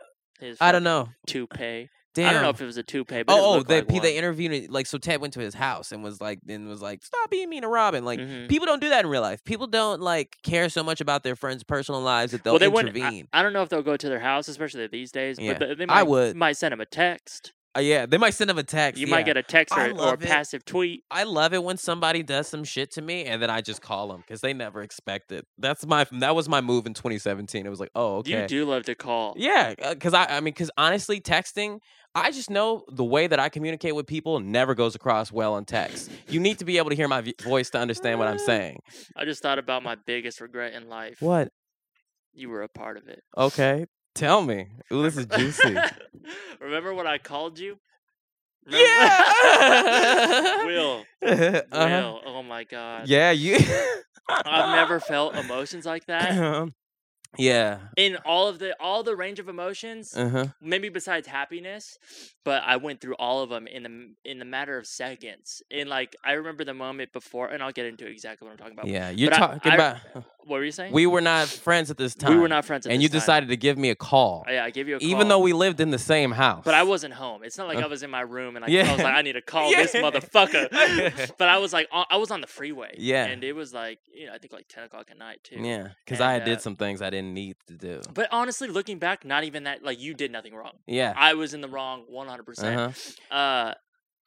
Speaker 2: His
Speaker 1: I don't
Speaker 2: fucking
Speaker 1: know
Speaker 2: toupee.
Speaker 1: damn
Speaker 2: I don't know if it was a toupee. But
Speaker 1: Oh, oh, they
Speaker 2: they
Speaker 1: pe- they interviewed it like so. Ted went to his house and was like, then was like, stop being mean to Robin. Like
Speaker 2: Mm-hmm.
Speaker 1: people don't do that in real life. People don't like care so much about their friends' personal lives that they'll
Speaker 2: well, they wouldn't. I,
Speaker 1: intervene.
Speaker 2: I don't know if they'll go to their house, especially these days.
Speaker 1: Yeah.
Speaker 2: But th- they might,
Speaker 1: I would.
Speaker 2: might send him a text.
Speaker 1: Uh, yeah, they might send them a text.
Speaker 2: You might
Speaker 1: yeah.
Speaker 2: get a text
Speaker 1: I
Speaker 2: or, or a
Speaker 1: love it.
Speaker 2: passive tweet.
Speaker 1: I love it when somebody does some shit to me and then I just call them because they never expect it. That's my that was my move in 2017. It was like, oh, okay.
Speaker 2: You do love to call.
Speaker 1: Yeah, because I, I mean, because honestly, texting, I just know the way that I communicate with people never goes across well on text. you need to be able to hear my v- voice to understand what I'm
Speaker 2: Mm.
Speaker 1: saying.
Speaker 2: I just thought about my biggest regret in life.
Speaker 1: What?
Speaker 2: You were a part of it.
Speaker 1: Okay, tell me. Ooh, this is juicy.
Speaker 2: Remember when I called you?
Speaker 1: Yeah!
Speaker 2: Will.
Speaker 1: Uh-huh.
Speaker 2: Will. Oh my God.
Speaker 1: Yeah, you.
Speaker 2: I've never felt emotions like that.
Speaker 1: Um, yeah.
Speaker 2: In all of the all the range of emotions,
Speaker 1: Uh huh.
Speaker 2: maybe besides happiness, but I went through all of them in the m- in the matter of seconds. And like I remember the moment before, and I'll get into exactly what I'm talking about.
Speaker 1: Yeah, you're
Speaker 2: But I-
Speaker 1: talking
Speaker 2: I-
Speaker 1: about.
Speaker 2: What were you saying?
Speaker 1: We were not friends at this time.
Speaker 2: We were not friends. At
Speaker 1: And
Speaker 2: this
Speaker 1: you
Speaker 2: time. Oh,
Speaker 1: decided to give me a call,
Speaker 2: Yeah, I gave you a call.
Speaker 1: even though we lived in the same house.
Speaker 2: But I wasn't home. It's not like
Speaker 1: Uh,
Speaker 2: I was in my room and I, I
Speaker 1: yeah.
Speaker 2: was like, I need to call this
Speaker 1: Yeah.
Speaker 2: motherfucker. but I was like, on- I was on the freeway.
Speaker 1: Yeah.
Speaker 2: And it was like, you know, I think like 10 o'clock at night too.
Speaker 1: Yeah, because I
Speaker 2: And, uh,
Speaker 1: did some things I didn't need to do.
Speaker 2: But honestly, looking back, not even that, like you did nothing wrong.
Speaker 1: Yeah.
Speaker 2: I was in the wrong 100%.
Speaker 1: Uh-huh.
Speaker 2: Uh,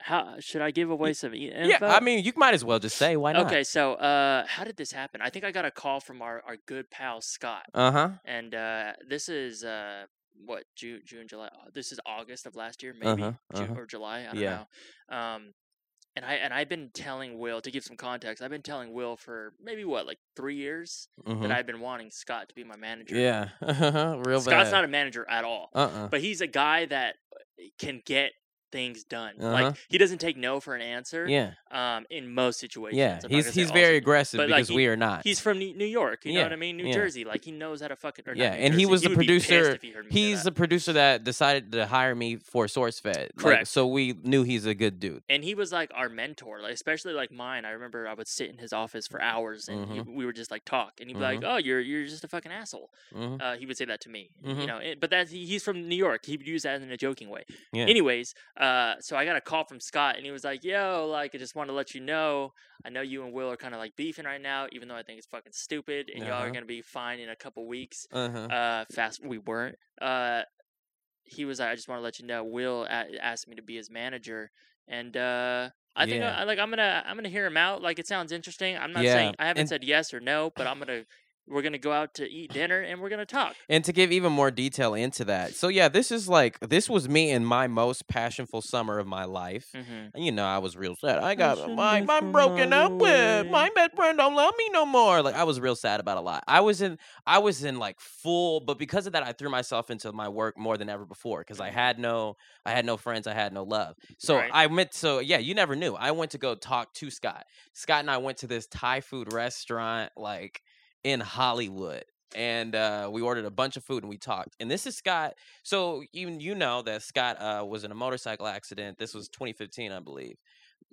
Speaker 2: how should I give away some e- info?
Speaker 1: Yeah, I mean, you might as well just say why not.
Speaker 2: okay, so uh, how did this happen? I think I got a call from our, our good pal Scott,
Speaker 1: Uh huh.
Speaker 2: and uh, this is uh, what June, June, July. au- This is August of last year, maybe
Speaker 1: Uh-huh,
Speaker 2: June
Speaker 1: uh-huh.
Speaker 2: or July. I don't
Speaker 1: Yeah.
Speaker 2: know. Um, and I and I've been telling Will to give some context. I've been telling Will for maybe what like three years that I've been wanting Scott to be my manager.
Speaker 1: mm-hmm. Yeah. uh-huh, Real
Speaker 2: Scott's not
Speaker 1: bad.
Speaker 2: a manager at all
Speaker 1: Uh uh
Speaker 2: but he's a guy that uh, can get things done.
Speaker 1: Uh-huh.
Speaker 2: Like he doesn't take no for an answer.
Speaker 1: Yeah.
Speaker 2: Um, in most situations.
Speaker 1: Yeah.
Speaker 2: I'm not
Speaker 1: He's
Speaker 2: gonna say
Speaker 1: he's
Speaker 2: all
Speaker 1: very
Speaker 2: situ-
Speaker 1: aggressive
Speaker 2: but, like,
Speaker 1: because
Speaker 2: he-
Speaker 1: we are not.
Speaker 2: He's from New New York. You know
Speaker 1: Yeah,
Speaker 2: what I mean? New
Speaker 1: yeah.
Speaker 2: Jersey. Like he knows how to fucking. Or not
Speaker 1: Yeah,
Speaker 2: New
Speaker 1: and he
Speaker 2: Jersey,
Speaker 1: was the
Speaker 2: would be pissed
Speaker 1: producer-
Speaker 2: if he heard me say
Speaker 1: He's
Speaker 2: that.
Speaker 1: the producer that decided to hire me for SourceFed. Like,
Speaker 2: Correct.
Speaker 1: so we knew he's a good dude.
Speaker 2: and he was like our mentor, like especially like mine. I remember I would sit in his office for hours, and he,
Speaker 1: Mm-hmm.
Speaker 2: we would just like talk, and he'd be like, "Oh, you're you're just a fucking asshole."
Speaker 1: Mhm.
Speaker 2: Uh, he would say that to me, you
Speaker 1: Mhm.
Speaker 2: know. It, but that's he- he's from New York. He would use that in a joking way.
Speaker 1: Yeah.
Speaker 2: Anyways, uh, so I got a call from Scott, and he was like, "Yo, like I just want to let you know, I know you and Will are kind of like beefing right now, even though I think it's fucking stupid, and y'all are
Speaker 1: Uh-huh.
Speaker 2: gonna be fine in a couple weeks."
Speaker 1: Uh-huh.
Speaker 2: Uh, fast, we weren't. Uh, he was like, "I just want to let you know, Will a- asked me to be his manager, and uh." I think
Speaker 1: Yeah.
Speaker 2: I, like I'm gonna I'm gonna hear him out. Like it sounds interesting. I'm not
Speaker 1: Yeah,
Speaker 2: saying I haven't
Speaker 1: and-
Speaker 2: said yes or no, but I'm gonna we're gonna go out to eat dinner and we're gonna talk.
Speaker 1: And to give even more detail into that. So yeah, this is like this was me in my most passionful summer of my life.
Speaker 2: Mm-hmm.
Speaker 1: And, You know, I was real sad. I got
Speaker 2: shouldn't
Speaker 1: my
Speaker 2: be
Speaker 1: I'm
Speaker 2: from
Speaker 1: broken
Speaker 2: all
Speaker 1: up
Speaker 2: the
Speaker 1: with. My
Speaker 2: way.
Speaker 1: best friend don't love me no more. Like I was real sad about a lot. I was in I was in like full, but because of that, I threw myself into my work more than ever before because I had no I had no friends, I had no love. So
Speaker 2: Mm-hmm. Right.
Speaker 1: I meant so yeah, you never knew. I went to go talk to Scott. Scott and I went to this Thai food restaurant like in Hollywood. And uh, we ordered a bunch of food and we talked. And this is Scott. So you you know that Scott uh, was in a motorcycle accident. This was 2015, I believe.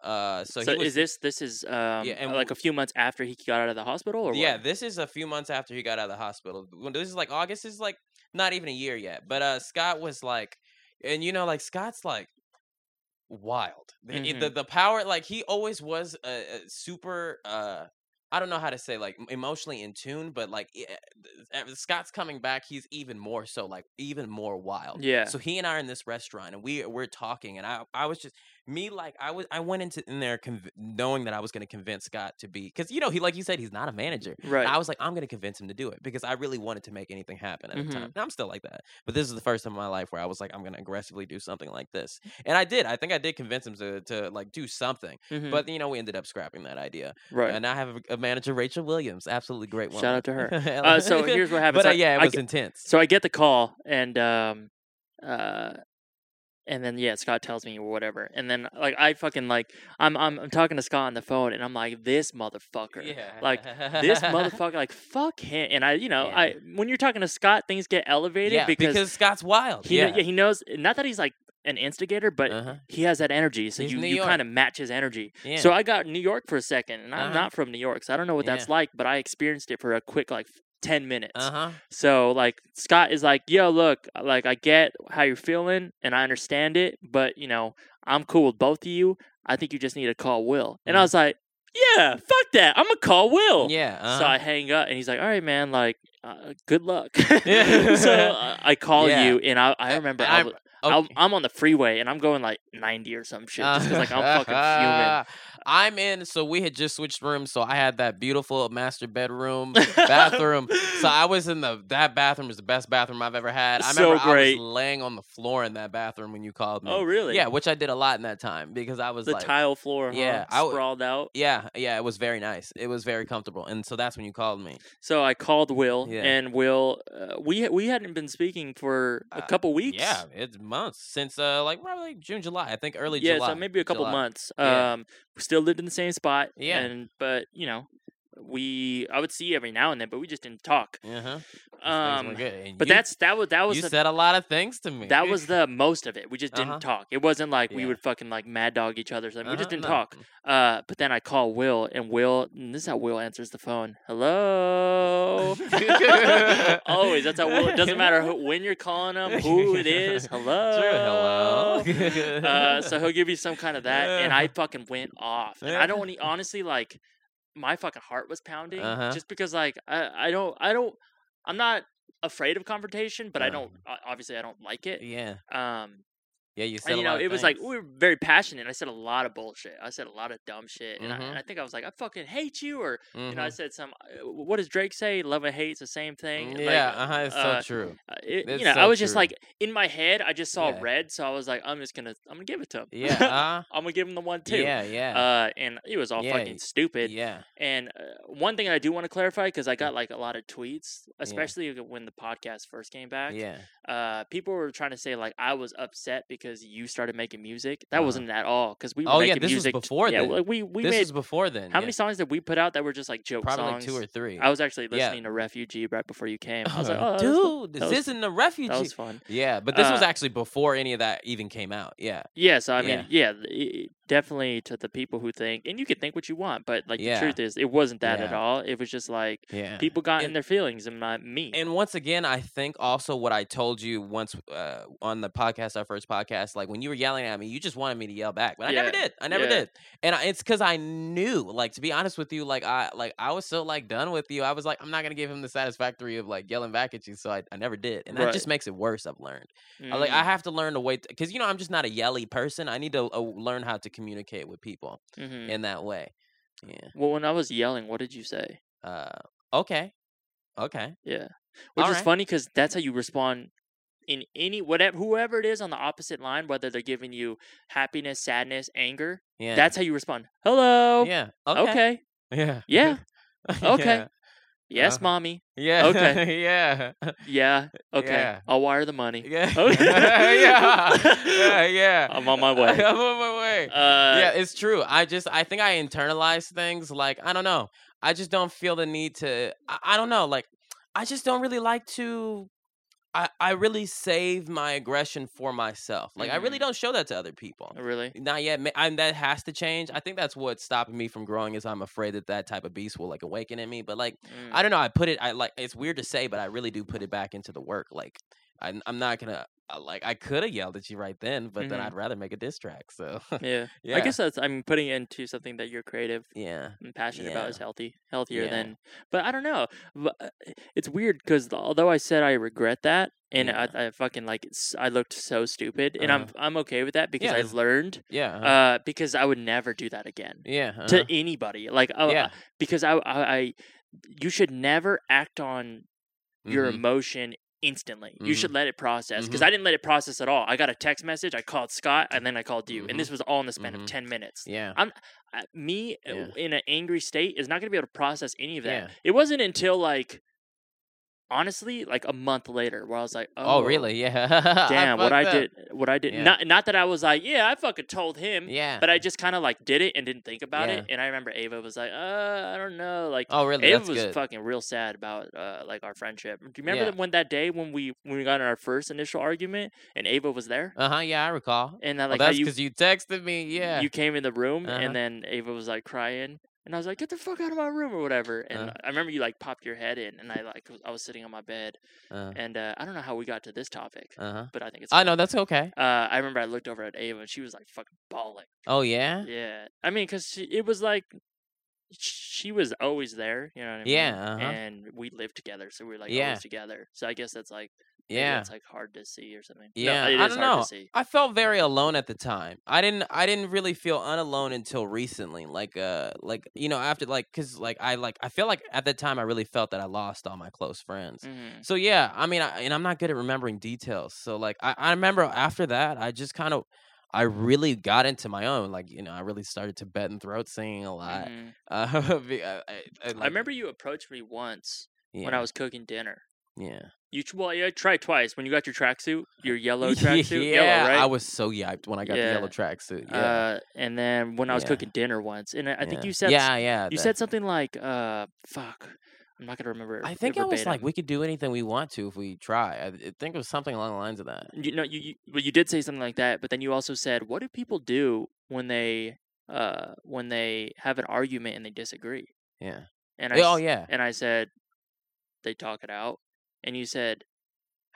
Speaker 1: Uh, so,
Speaker 2: So,
Speaker 1: he was,
Speaker 2: is this this is um
Speaker 1: and w-
Speaker 2: like a few months after he got out of the hospital or
Speaker 1: yeah.
Speaker 2: what?
Speaker 1: This is a few months after he got out of the hospital. When- This is like August. This is like not even a year yet. But uh, Scott was like, and you know, like Scott's like
Speaker 2: Mm-hmm.
Speaker 1: wild. The- i- The, the power, like he always was a, a super. Uh, I don't know how to say like m- emotionally in tune, but like e- eh, Scott's coming back, he's even more so like even more wild.
Speaker 2: Yeah.
Speaker 1: So he and I are in this restaurant and we we're talking and I I was just me like I was I went into in there conv- knowing that I was going to convince Scott to be cuz you know he like you said he's not a manager.
Speaker 2: Right.
Speaker 1: I was like I'm going to convince him to do it because I really wanted to make anything happen at
Speaker 2: Mhm.
Speaker 1: the time. And I'm still like that. But this is the first time in my life where I was like I'm going to aggressively do something like this.
Speaker 2: Mm.
Speaker 1: And I did. I think I did convince him to to like do something.
Speaker 2: Mhm.
Speaker 1: But you know we ended up scrapping that idea.
Speaker 2: right.
Speaker 1: And I have a- a manager, Rachel Williams, absolutely great one.
Speaker 2: Shout out to her. Uh, so here's what happens.
Speaker 1: but uh,
Speaker 2: I-
Speaker 1: yeah, it
Speaker 2: I
Speaker 1: was
Speaker 2: get-
Speaker 1: intense.
Speaker 2: So I get the call and um uh and then yeah, Scott tells me whatever. And then like I fucking like I'm I'm I'm talking to Scott on the phone and I'm like this motherfucker. Like this motherfucker like fuck him. And I you know,
Speaker 1: Yeah.
Speaker 2: I when you're talking to Scott things get elevated
Speaker 1: yeah, because,
Speaker 2: because,
Speaker 1: Scott's wild.
Speaker 2: he kno-
Speaker 1: yeah,
Speaker 2: yeah, he knows not that he's like an instigator, but
Speaker 1: Uh-huh.
Speaker 2: he has that energy. So
Speaker 1: He's
Speaker 2: you,
Speaker 1: New
Speaker 2: you
Speaker 1: York.
Speaker 2: kind of match his energy.
Speaker 1: yeah.
Speaker 2: So I got New York for a second and I'm
Speaker 1: Uh-huh.
Speaker 2: not from New York, so I don't know what that's like, but I experienced it for a quick like 10 minutes.
Speaker 1: uh huh.
Speaker 2: So like Scott is like, yo, look, uh, like I get how you're feeling and I understand it, but you know, I'm cool with both of you. I think you just need to call Will. And I
Speaker 1: Mhm.
Speaker 2: was like, yeah, fuck that. I'm gonna call Will.
Speaker 1: Yeah. Uh-huh.
Speaker 2: So I hang up and he's like, all right, man, like, uh, good luck. so uh, I call
Speaker 1: Yeah.
Speaker 2: you and I, I remember I,
Speaker 1: I'm-
Speaker 2: was- I'm, I'm on the freeway and I'm going like 90 or some shit just 'cause, like I'm fucking
Speaker 1: Uh,
Speaker 2: human.
Speaker 1: Uh-huh. I'm in. So we had just switched rooms. So I had that beautiful master bedroom, bathroom. So I was in the that bathroom is the best bathroom I've ever had. I
Speaker 2: So
Speaker 1: remember
Speaker 2: great.
Speaker 1: I was laying on the floor in that bathroom when you called me.
Speaker 2: Oh, really?
Speaker 1: Yeah, which I did a lot in that time because I was
Speaker 2: The
Speaker 1: like,
Speaker 2: tile floor, huh?
Speaker 1: Yeah, I w-
Speaker 2: sprawled out.
Speaker 1: yeah, yeah, it was very nice. It was very comfortable, and so that's when you called me.
Speaker 2: So I called Will,
Speaker 1: Yeah.
Speaker 2: and Will, uh, we we hadn't been speaking for a
Speaker 1: Uh,
Speaker 2: couple weeks.
Speaker 1: Yeah, it's months since uh, like probably June, July. I think early
Speaker 2: yeah,
Speaker 1: July.
Speaker 2: so maybe a couple
Speaker 1: July.
Speaker 2: months.
Speaker 1: Yeah.
Speaker 2: Um, we still lived in the same spot.
Speaker 1: Yeah.
Speaker 2: and but you know, we I would see you every now and then, but we just didn't talk.
Speaker 1: Uh-huh.
Speaker 2: Um,
Speaker 1: good.
Speaker 2: but
Speaker 1: you,
Speaker 2: that's that was that was
Speaker 1: you
Speaker 2: the,
Speaker 1: said a lot of things to me.
Speaker 2: that was the most of it. We just didn't
Speaker 1: Uh-huh.
Speaker 2: talk. It wasn't like we
Speaker 1: Yeah.
Speaker 2: would fucking like mad dog each other. or something. We just
Speaker 1: Uh-huh,
Speaker 2: didn't
Speaker 1: no.
Speaker 2: talk. Uh, but then I call Will, and Will, and this is how Will answers the phone. Hello. Always. That's how Will. It doesn't matter who, when you're calling him, who it is. Hello.
Speaker 1: True, hello.
Speaker 2: uh, so he'll give you some kind of that, and I fucking went off. And I don't want to honestly like my fucking heart was pounding
Speaker 1: Uh-huh.
Speaker 2: just because like I, I don't I don't I'm not afraid of confrontation, but I
Speaker 1: Uh.
Speaker 2: don't o- obviously I don't like it.
Speaker 1: yeah,
Speaker 2: Um,
Speaker 1: yeah, you said.
Speaker 2: and you
Speaker 1: a lot
Speaker 2: know,
Speaker 1: of
Speaker 2: it was like
Speaker 1: things.
Speaker 2: we were very passionate. I said a lot of bullshit. I said a lot of dumb shit, and, I,
Speaker 1: Mhm.
Speaker 2: and I think I was like, I fucking hate you, or you know, I
Speaker 1: Mhm.
Speaker 2: said some. uh, What does Drake say? Love and hate's the same thing. Like,
Speaker 1: yeah, uh-huh, it's
Speaker 2: uh,
Speaker 1: so true.
Speaker 2: uh, it- you
Speaker 1: That's
Speaker 2: know, I
Speaker 1: so
Speaker 2: was just
Speaker 1: true.
Speaker 2: like in my head, I just saw
Speaker 1: Yeah.
Speaker 2: red, so I was like, I'm just gonna, I'm gonna give it to him.
Speaker 1: Yeah, uh,
Speaker 2: I'm gonna give him the one too.
Speaker 1: yeah, yeah,
Speaker 2: Uh, and it was all
Speaker 1: Yeah,
Speaker 2: fucking
Speaker 1: y-
Speaker 2: stupid.
Speaker 1: yeah. Mm.
Speaker 2: And uh, one thing I do want to clarify because I got like a lot of tweets, especially when the podcast first came back.
Speaker 1: Yeah,
Speaker 2: Uh, people were trying to say like I was upset because you started making music. That
Speaker 1: Uh-huh.
Speaker 2: wasn't at all because we were
Speaker 1: Oh, yeah,
Speaker 2: making
Speaker 1: this was
Speaker 2: music t-
Speaker 1: before
Speaker 2: yeah,
Speaker 1: then.
Speaker 2: like, we we
Speaker 1: this
Speaker 2: made
Speaker 1: was before then.
Speaker 2: how
Speaker 1: yeah.
Speaker 2: many songs did we put out that were just like joke
Speaker 1: Probably like
Speaker 2: songs?
Speaker 1: two or three.
Speaker 2: I was actually
Speaker 1: Yeah. Uh-huh.
Speaker 2: listening to Refuge right before you came. I was like, oh, that was-
Speaker 1: dude,
Speaker 2: that
Speaker 1: this
Speaker 2: was-
Speaker 1: isn't the refugee.
Speaker 2: that was fun.
Speaker 1: Yeah, but this was
Speaker 2: Uh,
Speaker 1: actually before any of that even came out. Yeah,
Speaker 2: Yeah, so I
Speaker 1: Yeah.
Speaker 2: mean, yeah, th- i- definitely to the people who think, and you can think what you want, but like the
Speaker 1: Yeah.
Speaker 2: truth is, it wasn't that at
Speaker 1: Yeah.
Speaker 2: all. It was just like
Speaker 1: yeah.
Speaker 2: people got in
Speaker 1: And-
Speaker 2: their feelings and not me.
Speaker 1: And once again, I think also what I told you once uh, on the podcast, our first podcast, like when you were yelling at me, you just wanted me to yell back, but I never
Speaker 2: Yeah,
Speaker 1: did. I never
Speaker 2: yeah.
Speaker 1: did, and I, it's because I knew, like to be honest with you, like I like I was so like done with you. I was like, I'm not gonna give him the satisfactory of like yelling back at you, so I, I never did, and that
Speaker 2: Right. Mm.
Speaker 1: just makes it worse. I've learned. I- uh, Like
Speaker 2: mm-hmm,
Speaker 1: I have to learn to wait because you know I'm just not a yelly person. I need to uh, learn how to communicate with people
Speaker 2: hmm
Speaker 1: in that way. Yeah.
Speaker 2: Well, when I was yelling, what did you say?
Speaker 1: Uh, okay. Okay.
Speaker 2: Yeah, which is
Speaker 1: Alright.
Speaker 2: funny because that's how you respond in any whatever whoever it is on the opposite line, whether they're giving you happiness, sadness, anger.
Speaker 1: Yeah.
Speaker 2: That's how you respond. Hello.
Speaker 1: yeah.
Speaker 2: Okay.
Speaker 1: Okay. Yeah.
Speaker 2: Yeah. Okay.
Speaker 1: Yeah.
Speaker 2: Yes,
Speaker 1: Uh-huh.
Speaker 2: mommy.
Speaker 1: Yeah.
Speaker 2: Okay.
Speaker 1: yeah.
Speaker 2: Yeah. Okay.
Speaker 1: Yeah.
Speaker 2: I'll wire the money.
Speaker 1: Yeah.
Speaker 2: Okay.
Speaker 1: yeah. Yeah. Yeah.
Speaker 2: Oh, I'm on my way.
Speaker 1: I'm on my way.
Speaker 2: Uh,
Speaker 1: yeah, it's true. I just I think I internalize things like I don't know. I just don't feel the need to I, I don't know, like I just don't really like to I, I really save my aggression for myself. Like I really
Speaker 2: Mhm.
Speaker 1: don't show that to other people.
Speaker 2: oh, Really?
Speaker 1: Not yet. ma- And that has to change. I think that's what's stopping me from growing is I'm afraid that that type of beast will like awaken in me. But like
Speaker 2: Mm.
Speaker 1: I don't know. I put it. I like. It's weird to say, but I really do put it back into the work. Like I, I'm not gonna I- like. I could have yelled at you right then, but then
Speaker 2: Mhm.
Speaker 1: I'd rather make a diss track. So
Speaker 2: Yeah.
Speaker 1: yeah,
Speaker 2: I guess that's I mean putting it into something that you're creative
Speaker 1: yeah,
Speaker 2: and passionate
Speaker 1: Yeah.
Speaker 2: about is healthy, healthier
Speaker 1: Yeah.
Speaker 2: than. But I don't know. but, uh, It's weird because although I said I regret that, and
Speaker 1: Yeah.
Speaker 2: I, I fucking like s- I looked so stupid, and I'm
Speaker 1: Uh-huh.
Speaker 2: I'm okay with that because
Speaker 1: Yeah,
Speaker 2: I
Speaker 1: it's-
Speaker 2: learned.
Speaker 1: yeah, uh-huh,
Speaker 2: Uh, because I would never do that again
Speaker 1: yeah, uh
Speaker 2: to anybody. Like, oh,
Speaker 1: yeah.
Speaker 2: because I, I, I, you should never act on your
Speaker 1: mhm,
Speaker 2: emotion instantly.
Speaker 1: Mm-hmm.
Speaker 2: You should let it process because
Speaker 1: Mhm.
Speaker 2: I didn't let it process at all. I got a text message. I called Scott and then I called you,
Speaker 1: Mhm.
Speaker 2: and this was all in the span
Speaker 1: Mhm.
Speaker 2: of ten minutes.
Speaker 1: yeah.
Speaker 2: I- me uh,
Speaker 1: Yeah.
Speaker 2: w- in an angry state is not going to be able to process any of that.
Speaker 1: Yeah.
Speaker 2: It wasn't until like honestly like a month later where I was like,
Speaker 1: Oh,
Speaker 2: "Oh,
Speaker 1: really? Yeah.
Speaker 2: Damn, what I
Speaker 1: fucked up.
Speaker 2: did, what I did.
Speaker 1: Yeah.
Speaker 2: Not not that I was like, yeah, I fucking told him,
Speaker 1: Yeah.
Speaker 2: but I just kind of like did it and didn't think about
Speaker 1: Yeah.
Speaker 2: it. And I remember Ava was like, "Uh, I don't know." Like
Speaker 1: oh, really?
Speaker 2: Ava
Speaker 1: That's
Speaker 2: was
Speaker 1: good.
Speaker 2: fucking real sad about uh like our friendship. Do you remember
Speaker 1: Yeah.
Speaker 2: that when that day when we when we got in our first initial argument and Ava was there
Speaker 1: Uh huh. Yeah, I recall.
Speaker 2: and I
Speaker 1: Well,
Speaker 2: like how
Speaker 1: Oh, that's
Speaker 2: you
Speaker 1: because you, texted me. Yeah.
Speaker 2: you came in the room
Speaker 1: Uh-huh.
Speaker 2: and then Ava was like crying and I was like, get the fuck out of my room or whatever. And
Speaker 1: Uh.
Speaker 2: I remember you like popped your head in and I like, was- I was sitting on my bed
Speaker 1: uh
Speaker 2: and uh, I don't know how we got to this topic,
Speaker 1: huh.
Speaker 2: but I think it's,
Speaker 1: Uh, I
Speaker 2: fine.
Speaker 1: know that's okay.
Speaker 2: uh, I remember I looked over at Ava and she was like fucking bawling.
Speaker 1: Oh yeah.
Speaker 2: Yeah. I mean, cause she, it was like, she was always there, you know what I mean?
Speaker 1: Yeah, uh-huh.
Speaker 2: And we lived together. So we were like
Speaker 1: Yeah.
Speaker 2: always together. So I guess that's like, yeah,
Speaker 1: Yeah.
Speaker 2: it's like hard to see or something.
Speaker 1: Yeah,
Speaker 2: No, it
Speaker 1: I
Speaker 2: is
Speaker 1: don't
Speaker 2: hard
Speaker 1: know.
Speaker 2: to see.
Speaker 1: I felt very alone at the time. I didn't I didn't really feel unalone until recently. Like uh like you know after like cuz like I like I feel like at that time I really felt that I lost all my close friends.
Speaker 2: Mhm.
Speaker 1: So yeah, I mean I, and I'm not good at remembering details. So like I I remember after that I just kind of I really got into my own like you know I really started to bed and throat singing a lot.
Speaker 2: Mhm.
Speaker 1: Uh, be- I, I, I,
Speaker 2: I
Speaker 1: like-
Speaker 2: remember you approached me once
Speaker 1: yeah,
Speaker 2: when I was cooking dinner.
Speaker 1: yeah.
Speaker 2: You tr- well, yeah, try twice when you got your tracksuit, your yellow tracksuit,
Speaker 1: yeah,
Speaker 2: yellow, right?
Speaker 1: I was so yiped when I got the
Speaker 2: Yeah.
Speaker 1: yellow tracksuit. Yeah.
Speaker 2: Uh, and then when I was
Speaker 1: Yeah.
Speaker 2: cooking dinner once, and I, I think
Speaker 1: yeah.
Speaker 2: you said, s-
Speaker 1: Yeah, yeah.
Speaker 2: you
Speaker 1: that-
Speaker 2: said something like, uh, "Fuck, I'm not gonna remember."
Speaker 1: I think it was like
Speaker 2: verbatim.
Speaker 1: we could do anything we want to if we try. I, I think it was something along the lines of that.
Speaker 2: you know, you, you well, you did say something like that, but then you also said, "What do people do when they, uh, when they have an argument and they disagree?"
Speaker 1: Yeah.
Speaker 2: And I,
Speaker 1: Oh
Speaker 2: s-
Speaker 1: yeah.
Speaker 2: and I said, "They talk it out," and you said,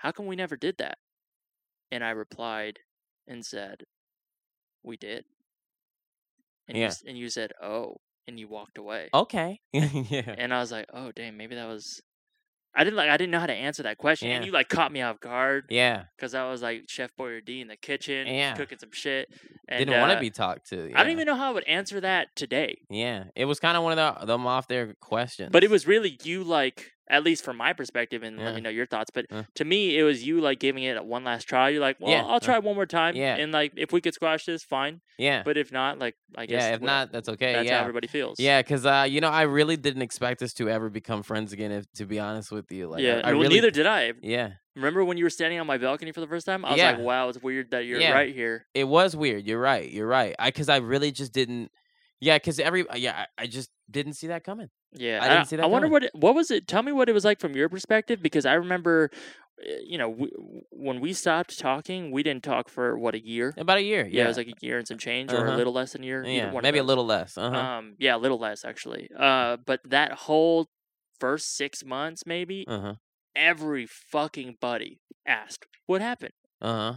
Speaker 2: "How come we never did that?" And I replied and said, "We did." And
Speaker 1: Yeah.
Speaker 2: you, s- and you said, "Oh," and you walked away.
Speaker 1: Okay. yeah.
Speaker 2: And I was like, "Oh, damn, maybe that was." I didn't like. I didn't know how to answer that question, and
Speaker 1: Yeah.
Speaker 2: you like caught me off guard
Speaker 1: Yeah.
Speaker 2: because I was like Chef Boyardee in the kitchen,
Speaker 1: Yeah.
Speaker 2: cooking some shit. And,
Speaker 1: Didn't want
Speaker 2: uh,
Speaker 1: to be talked to.
Speaker 2: I don't
Speaker 1: yeah.
Speaker 2: even know how I would answer that today,
Speaker 1: Yeah. It was kind of one of the, them off their questions.
Speaker 2: but it was really you like, at least from my perspective, and
Speaker 1: Yeah.
Speaker 2: let me know your thoughts. But
Speaker 1: Yeah.
Speaker 2: to me, it was you like giving it a one last try. You're like, well,
Speaker 1: Yeah, uh,
Speaker 2: I'll try one more time,
Speaker 1: yeah.
Speaker 2: and like if we could squash this, fine.
Speaker 1: Yeah.
Speaker 2: But if not, like I guess
Speaker 1: Yeah. If
Speaker 2: what-
Speaker 1: not, that's okay.
Speaker 2: that's how
Speaker 1: yeah.
Speaker 2: everybody feels.
Speaker 1: Yeah, because uh, you know, I really didn't expect us to ever become friends again. If to be honest with you, like, I-
Speaker 2: yeah.
Speaker 1: I,
Speaker 2: well,
Speaker 1: really,
Speaker 2: neither did I.
Speaker 1: Yeah,
Speaker 2: Remember when you were standing on my balcony for the first time? I was
Speaker 1: Yeah.
Speaker 2: like, wow, it's weird that you're
Speaker 1: Yeah.
Speaker 2: right here.
Speaker 1: it was weird. You're right. You're right. I because I really just didn't. Yeah, because every uh, yeah, I, I just didn't see that coming.
Speaker 2: Yeah,
Speaker 1: I
Speaker 2: and
Speaker 1: didn't see that
Speaker 2: I wonder
Speaker 1: coming.
Speaker 2: what it- what was it. Tell me what it was like from your perspective, because I remember, uh, you know, w w- when we stopped talking, we didn't talk for what a year.
Speaker 1: About a year.
Speaker 2: Yeah, it was like a year and some change, or
Speaker 1: Eh, Uh-huh.
Speaker 2: a little less than a year. either
Speaker 1: yeah,
Speaker 2: one of
Speaker 1: maybe a
Speaker 2: those.
Speaker 1: little less. Uh huh.
Speaker 2: Um, yeah, a little less actually. Uh, but that whole first six months, maybe
Speaker 1: Uh huh.
Speaker 2: every fucking buddy asked, "What happened?
Speaker 1: Uh huh.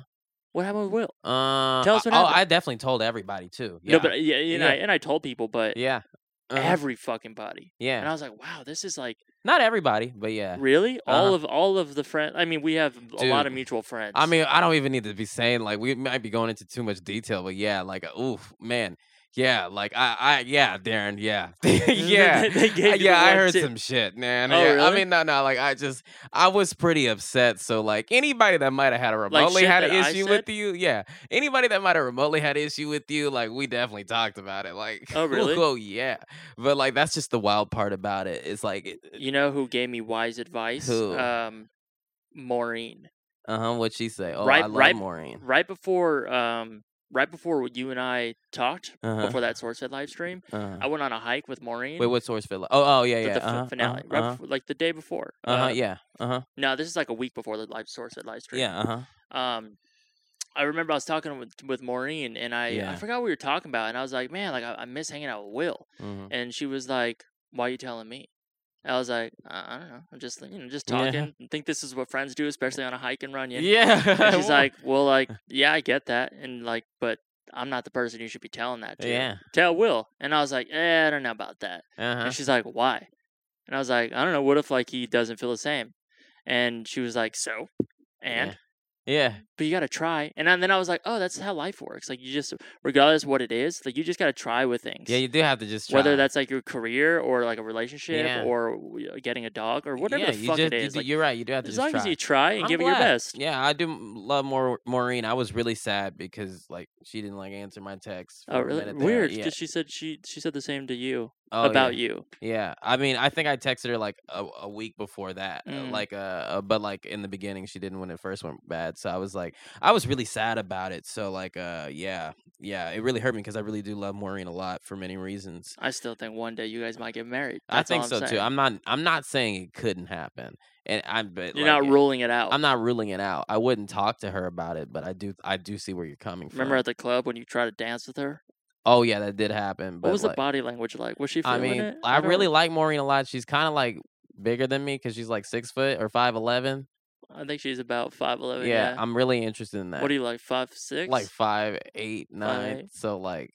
Speaker 2: What happened with Will?"
Speaker 1: Uh,
Speaker 2: Tell us what
Speaker 1: I- oh,
Speaker 2: happened.
Speaker 1: I definitely told everybody too. Yeah.
Speaker 2: No, but uh, yeah, and
Speaker 1: Yeah.
Speaker 2: I and I told people, but
Speaker 1: yeah, Uh-huh.
Speaker 2: every fucking body. And
Speaker 1: yeah,
Speaker 2: I was like, wow, this is like
Speaker 1: not everybody, but yeah.
Speaker 2: really all
Speaker 1: Uh-huh.
Speaker 2: of all of the friends. I mean, we have a lot
Speaker 1: Dude,
Speaker 2: of mutual friends.
Speaker 1: I mean, I don't even need to be saying like we might be going into too much detail, but yeah, like uh, oof, man, yeah, like I, I, yeah, Darren, yeah, yeah.
Speaker 2: they
Speaker 1: Uh,
Speaker 2: gave you the
Speaker 1: yeah, I
Speaker 2: one
Speaker 1: heard
Speaker 2: tip.
Speaker 1: some shit, man.
Speaker 2: Oh,
Speaker 1: yeah, I
Speaker 2: really?
Speaker 1: mean, no, no, like I just, I was pretty upset. So, like anybody that might have had a remotely
Speaker 2: shit
Speaker 1: had an
Speaker 2: that I
Speaker 1: issue
Speaker 2: said?
Speaker 1: with you, yeah, anybody that might have remotely had an issue with you, like we definitely talked about it. Like,
Speaker 2: Oh, really?
Speaker 1: oh yeah, but like that's just the wild part about it. It's like, it-
Speaker 2: You know who gave me wise advice?
Speaker 1: Who?
Speaker 2: Um, Maureen.
Speaker 1: uh huh, what she say? Oh,
Speaker 2: Right-
Speaker 1: I love
Speaker 2: right-
Speaker 1: Maureen.
Speaker 2: Right before, um, right before you and I talked
Speaker 1: Uh-huh,
Speaker 2: before that Sourcehead live stream,
Speaker 1: uh-huh.
Speaker 2: I went on a hike with Maureen.
Speaker 1: Wait, what source fit? Oh, oh yeah,
Speaker 2: the,
Speaker 1: yeah.
Speaker 2: the f-
Speaker 1: uh-huh,
Speaker 2: finale,
Speaker 1: Uh-huh,
Speaker 2: right
Speaker 1: uh-huh,
Speaker 2: before, like the day before.
Speaker 1: uh-huh,
Speaker 2: Uh,
Speaker 1: yeah. Uh huh.
Speaker 2: No, this is like a week before the live Sourcehead live stream.
Speaker 1: Yeah. Uh huh.
Speaker 2: um I remember I was talking with with Maureen and I
Speaker 1: Yeah.
Speaker 2: I forgot what we were talking about and I was like, man, like I, I miss hanging out with Will.
Speaker 1: hmm
Speaker 2: And she was like, why are you telling me? I was like, I I don't know. I'm just you know just
Speaker 1: Yeah.
Speaker 2: talking. I think this is what friends do, especially on a hike and run. You
Speaker 1: Yeah.
Speaker 2: And she's like, well, like, yeah, I get that, and like, but I'm not the person you should be telling that to.
Speaker 1: yeah.
Speaker 2: Tell Will. And I was like, eh, I don't know about that.
Speaker 1: Uh huh.
Speaker 2: And she's like, why? And I was like, I don't know. What if like he doesn't feel the same? And she was like, so, and
Speaker 1: Yeah. Yeah.
Speaker 2: but you gotta try. And then then I was like, oh, that's how life works. Like you just, regardless what it is, like you just gotta try with things.
Speaker 1: Yeah. You do have to just try.
Speaker 2: Whether that's like your career or like a relationship
Speaker 1: Yeah.
Speaker 2: or w- uh, getting a dog or whatever
Speaker 1: yeah,
Speaker 2: the
Speaker 1: you
Speaker 2: fuck
Speaker 1: just,
Speaker 2: it
Speaker 1: you
Speaker 2: is,
Speaker 1: do-
Speaker 2: like,
Speaker 1: you're right. You do have to
Speaker 2: as
Speaker 1: just
Speaker 2: long
Speaker 1: try.
Speaker 2: as you try and
Speaker 1: I'm
Speaker 2: give it your
Speaker 1: glad.
Speaker 2: best.
Speaker 1: Yeah, I do m- love Maur- Maureen. I was really sad because like she didn't like answer my text.
Speaker 2: Oh,
Speaker 1: for a
Speaker 2: really?
Speaker 1: minute there.
Speaker 2: Weird,
Speaker 1: Yeah.
Speaker 2: because she said she she said the same to you
Speaker 1: Oh,
Speaker 2: about
Speaker 1: yeah.
Speaker 2: you.
Speaker 1: Yeah, I mean, I think I texted her like a, a week before that, uh,
Speaker 2: Mm.
Speaker 1: like uh, uh, but like in the beginning, she didn't when it first went bad. So I was like, I was really sad about it. So like, uh, yeah, yeah, it really hurt me because I really do love Maureen a lot for many reasons.
Speaker 2: I still think one day you guys might get married.
Speaker 1: I
Speaker 2: That's all
Speaker 1: think so
Speaker 2: I'm
Speaker 1: too.
Speaker 2: saying.
Speaker 1: I'm not, I'm not saying it couldn't happen, and I'm, but
Speaker 2: You're
Speaker 1: like,
Speaker 2: not
Speaker 1: it-
Speaker 2: ruling it out.
Speaker 1: I'm not ruling it out. I wouldn't talk to her about it, but I do, I do see where you're coming from.
Speaker 2: Remember at the club when you tried to dance with her?
Speaker 1: Oh yeah, that did happen. But
Speaker 2: What was
Speaker 1: like,
Speaker 2: the body language like? Was she
Speaker 1: I
Speaker 2: feeling
Speaker 1: mean,
Speaker 2: it?
Speaker 1: I
Speaker 2: don't-
Speaker 1: really like Maureen a lot. She's kind of like bigger than me because she's like six foot or five eleven.
Speaker 2: I think she's about five eleven.
Speaker 1: yeah,
Speaker 2: Oh, Yeah.
Speaker 1: I'm really interested in that.
Speaker 2: What are you like five six?
Speaker 1: like five eight nine?
Speaker 2: eight.
Speaker 1: So like,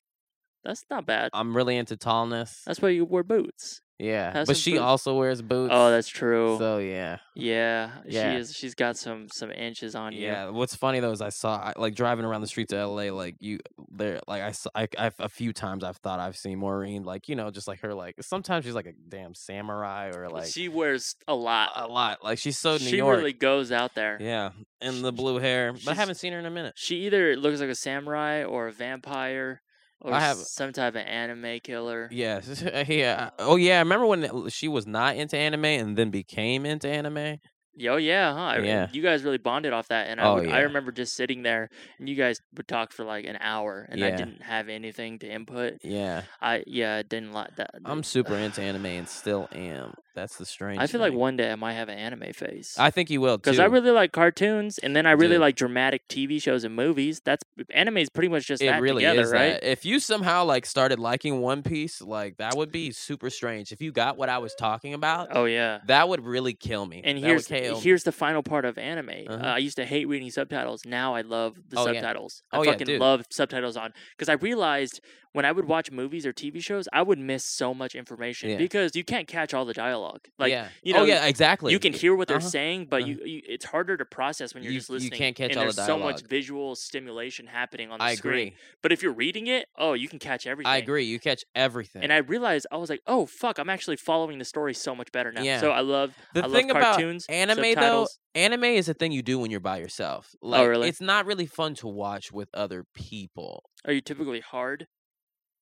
Speaker 2: That's not bad.
Speaker 1: I'm really into tallness.
Speaker 2: That's why you wear boots.
Speaker 1: Yeah,
Speaker 2: have
Speaker 1: but
Speaker 2: some
Speaker 1: she
Speaker 2: boots.
Speaker 1: also wears boots.
Speaker 2: Oh, that's true.
Speaker 1: so yeah,
Speaker 2: yeah,
Speaker 1: Yeah.
Speaker 2: she is. She's got some some inches on you.
Speaker 1: yeah. What's funny though is I saw I, like driving around the streets of L.A. Like you there, like I saw I, I've, a few times I've thought I've seen Maureen. Like you know, just like her. Like sometimes she's like a damn samurai or like
Speaker 2: she wears a lot.
Speaker 1: a lot. Like she's so New
Speaker 2: she
Speaker 1: York.
Speaker 2: really goes out there.
Speaker 1: Yeah,
Speaker 2: Sh-
Speaker 1: and the blue hair. But I
Speaker 2: she's-
Speaker 1: haven't seen her in a minute.
Speaker 2: She either looks like a samurai or a vampire or
Speaker 1: I have-
Speaker 2: some type of anime killer.
Speaker 1: Yeah, yeah. Oh yeah, I remember when it- she was not into anime and then became into anime.
Speaker 2: Yo, Oh, yeah, huh? I-
Speaker 1: Yeah.
Speaker 2: You guys really bonded off that, and I,
Speaker 1: Oh,
Speaker 2: would- I
Speaker 1: yeah.
Speaker 2: remember just sitting there, and you guys would talk for like an hour, and I
Speaker 1: Yeah.
Speaker 2: didn't have anything to input.
Speaker 1: Yeah,
Speaker 2: I yeah, I didn't like that.
Speaker 1: I'm super into anime and still am. That's the strange.
Speaker 2: I feel like
Speaker 1: thing.
Speaker 2: one day I might have an anime face.
Speaker 1: I think you will too.
Speaker 2: because I really like cartoons, and then I really
Speaker 1: Dude.
Speaker 2: like dramatic TV shows and movies. That's anime is pretty much just
Speaker 1: it
Speaker 2: that
Speaker 1: really
Speaker 2: together,
Speaker 1: is
Speaker 2: right?
Speaker 1: that. If you somehow like started liking One Piece, like that would be super strange. If you got what I was talking about,
Speaker 2: Oh yeah.
Speaker 1: that would really kill me.
Speaker 2: And
Speaker 1: That would
Speaker 2: here's
Speaker 1: kill me.
Speaker 2: here's the final part of anime. uh
Speaker 1: Uh-huh.
Speaker 2: I used to hate reading subtitles. Now I love the
Speaker 1: Oh, yeah.
Speaker 2: subtitles. I
Speaker 1: Oh, yeah,
Speaker 2: fucking
Speaker 1: dude.
Speaker 2: love subtitles on because I realized when I would watch movies or TV shows, I would miss so much information
Speaker 1: Yeah.
Speaker 2: because you can't catch all the dialogue. Like
Speaker 1: yeah.
Speaker 2: you
Speaker 1: oh
Speaker 2: know,
Speaker 1: yeah, exactly.
Speaker 2: you can hear what they're
Speaker 1: uh-huh,
Speaker 2: saying, but
Speaker 1: uh-huh.
Speaker 2: you, you it's harder to process when you're
Speaker 1: You-
Speaker 2: just
Speaker 1: you
Speaker 2: listening.
Speaker 1: can't catch
Speaker 2: and
Speaker 1: all the
Speaker 2: there's so much
Speaker 1: dialogue.
Speaker 2: visual stimulation happening on the
Speaker 1: I
Speaker 2: screen.
Speaker 1: agree.
Speaker 2: But if you're reading it, oh, you can catch everything.
Speaker 1: I agree. You catch everything.
Speaker 2: And I realized I was like, oh fuck, I'm actually following the story so much better now.
Speaker 1: Yeah.
Speaker 2: So I love
Speaker 1: the
Speaker 2: I
Speaker 1: thing
Speaker 2: love
Speaker 1: about
Speaker 2: cartoons,
Speaker 1: anime though,
Speaker 2: subtitles.
Speaker 1: anime is a thing you do when you're by yourself. Like
Speaker 2: Oh, really?
Speaker 1: it's not really fun to watch with other people.
Speaker 2: Are you typically hard?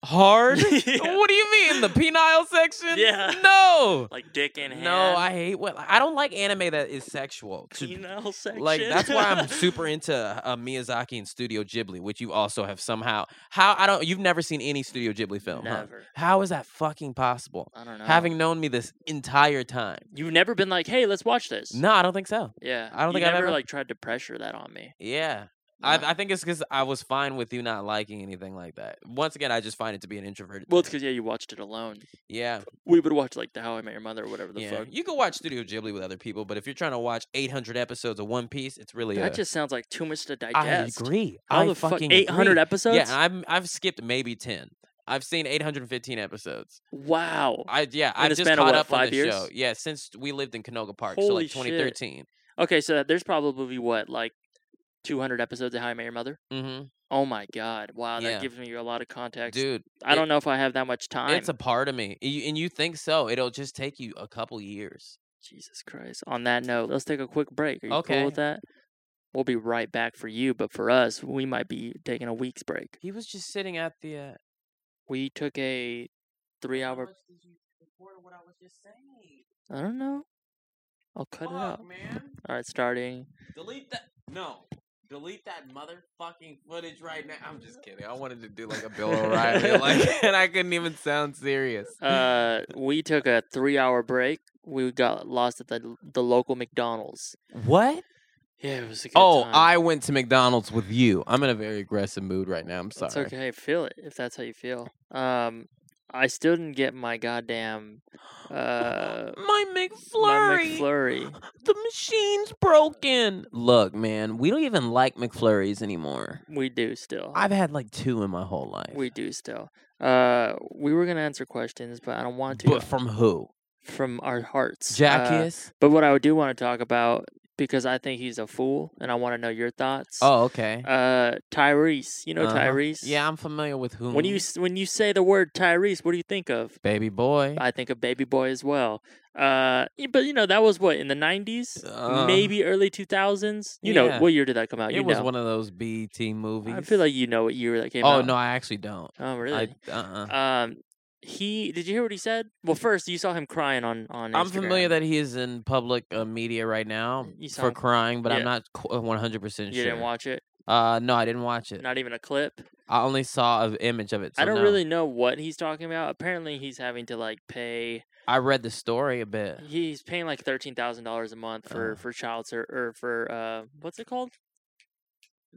Speaker 1: Hard?
Speaker 2: Yeah.
Speaker 1: What do you mean? The penile section?
Speaker 2: Yeah.
Speaker 1: No.
Speaker 2: Like dick in hand.
Speaker 1: No, I hate what I don't like anime that is sexual. To-
Speaker 2: penile section.
Speaker 1: like that's why I'm super into uh, Miyazaki and Studio Ghibli, which you also have somehow. How I don't you've never seen any Studio Ghibli film? huh?
Speaker 2: Never.
Speaker 1: How is that fucking possible?
Speaker 2: I don't know.
Speaker 1: Having known me this entire time.
Speaker 2: you've never been like, hey, let's watch this.
Speaker 1: No, I don't think so.
Speaker 2: Yeah.
Speaker 1: I don't
Speaker 2: you
Speaker 1: think I've
Speaker 2: never
Speaker 1: ever-
Speaker 2: like tried to pressure that on me.
Speaker 1: Yeah. I,
Speaker 2: Nah.
Speaker 1: I think it's because I was fine with you not liking anything like that. Once again, I just find it to be an introverted.
Speaker 2: Well, it's
Speaker 1: thing.
Speaker 2: because yeah, you watched it alone.
Speaker 1: yeah,
Speaker 2: We would watch like the How I Met Your Mother or whatever the
Speaker 1: yeah.
Speaker 2: fuck.
Speaker 1: You can watch Studio Ghibli with other people, but if you're trying to watch 800 episodes of One Piece, it's really a-
Speaker 2: That just sounds like too much to
Speaker 1: I
Speaker 2: digest.
Speaker 1: agree.
Speaker 2: How
Speaker 1: I
Speaker 2: the fuck
Speaker 1: fucking
Speaker 2: eight hundred
Speaker 1: agree.
Speaker 2: episodes?
Speaker 1: Yeah, I'm I've skipped maybe 10. I've seen 815 episodes.
Speaker 2: wow.
Speaker 1: I yeah,
Speaker 2: In
Speaker 1: I
Speaker 2: the
Speaker 1: just
Speaker 2: span
Speaker 1: caught
Speaker 2: of, what,
Speaker 1: up on
Speaker 2: five
Speaker 1: the
Speaker 2: years?
Speaker 1: show. Yeah, since we lived in Canoga Park, so
Speaker 2: Holy
Speaker 1: like
Speaker 2: shit.
Speaker 1: 2013.
Speaker 2: Okay, so there's probably what like two hundred episodes of How I Met Your Mother.
Speaker 1: hmm
Speaker 2: Oh my god! Wow, that
Speaker 1: Yeah.
Speaker 2: gives me a lot of context.
Speaker 1: Dude,
Speaker 2: I
Speaker 1: it-
Speaker 2: don't know if I have that much time.
Speaker 1: it's a part of me, You- and you think so? It'll just take you a couple years.
Speaker 2: Jesus Christ. On that note, let's take a quick break. Are you cool
Speaker 1: Okay.
Speaker 2: with that? We'll be right back for you, but for us, we might be taking a week's break.
Speaker 1: He was just sitting at the. Uh,
Speaker 2: We took a three hour I don't know. I'll cut it out.
Speaker 1: man.
Speaker 2: Alright, starting.
Speaker 1: Delete that. No. Delete that motherfucking footage right now. I'm just kidding. I wanted to do like a Bill O'Reilly, like, and I couldn't even sound serious.
Speaker 2: Uh we took a three hour break. We got lost at the the local McDonald's.
Speaker 1: What?
Speaker 2: Yeah, it was a good
Speaker 1: Oh,
Speaker 2: time.
Speaker 1: I went to McDonald's with you. I'm in a very aggressive mood right now. I'm sorry.
Speaker 2: It's okay. Feel it if that's how you feel. Um, I still didn't get my goddamn uh
Speaker 1: my McFlurry.
Speaker 2: my McFlurry.
Speaker 1: The machine's broken. Look, man, we don't even like McFlurries anymore.
Speaker 2: We do still.
Speaker 1: I've had like two in my whole life.
Speaker 2: We do still. Uh, we were gonna answer questions, but I don't want to
Speaker 1: but from who?
Speaker 2: Uh, from our hearts. Uh,
Speaker 1: Jackius?
Speaker 2: but what I do want to talk about because I think he's a fool, and I want to know your thoughts.
Speaker 1: oh, okay.
Speaker 2: Uh, Tyrese. You know
Speaker 1: Uh-huh.
Speaker 2: Tyrese.
Speaker 1: Yeah, Mm-hmm. I'm familiar with whom.
Speaker 2: When you s- when you say the word Tyrese, what do you think of?
Speaker 1: baby boy.
Speaker 2: I think of Baby Boy as well. Uh, y- but you know that was what in the '90s,
Speaker 1: Uh,
Speaker 2: maybe early 2000s. You
Speaker 1: yeah.
Speaker 2: know what year did that come out?
Speaker 1: it
Speaker 2: you
Speaker 1: was
Speaker 2: know.
Speaker 1: one of those BET movies.
Speaker 2: I feel like you know what year that came
Speaker 1: Oh
Speaker 2: out.
Speaker 1: no, I actually don't.
Speaker 2: Oh really?
Speaker 1: I, uh-uh.
Speaker 2: Um, he did you hear what he said? Well, first you saw him crying on on.
Speaker 1: I'm familiar
Speaker 2: Instagram.
Speaker 1: that he is in public uh, media right now
Speaker 2: You
Speaker 1: for
Speaker 2: sound-
Speaker 1: crying, but I'm
Speaker 2: yeah.
Speaker 1: not qu- uh, 100% sure.
Speaker 2: you didn't watch it.
Speaker 1: Uh, no, I didn't watch it.
Speaker 2: Not even a clip.
Speaker 1: I only saw an image of it.
Speaker 2: I
Speaker 1: so
Speaker 2: don't
Speaker 1: no.
Speaker 2: really know what he's talking about. Apparently, he's having to like pay.
Speaker 1: I read the story a bit.
Speaker 2: He's paying like thirteen thousand dollars a month for
Speaker 1: Uh.
Speaker 2: for child ser- or for uh what's it called?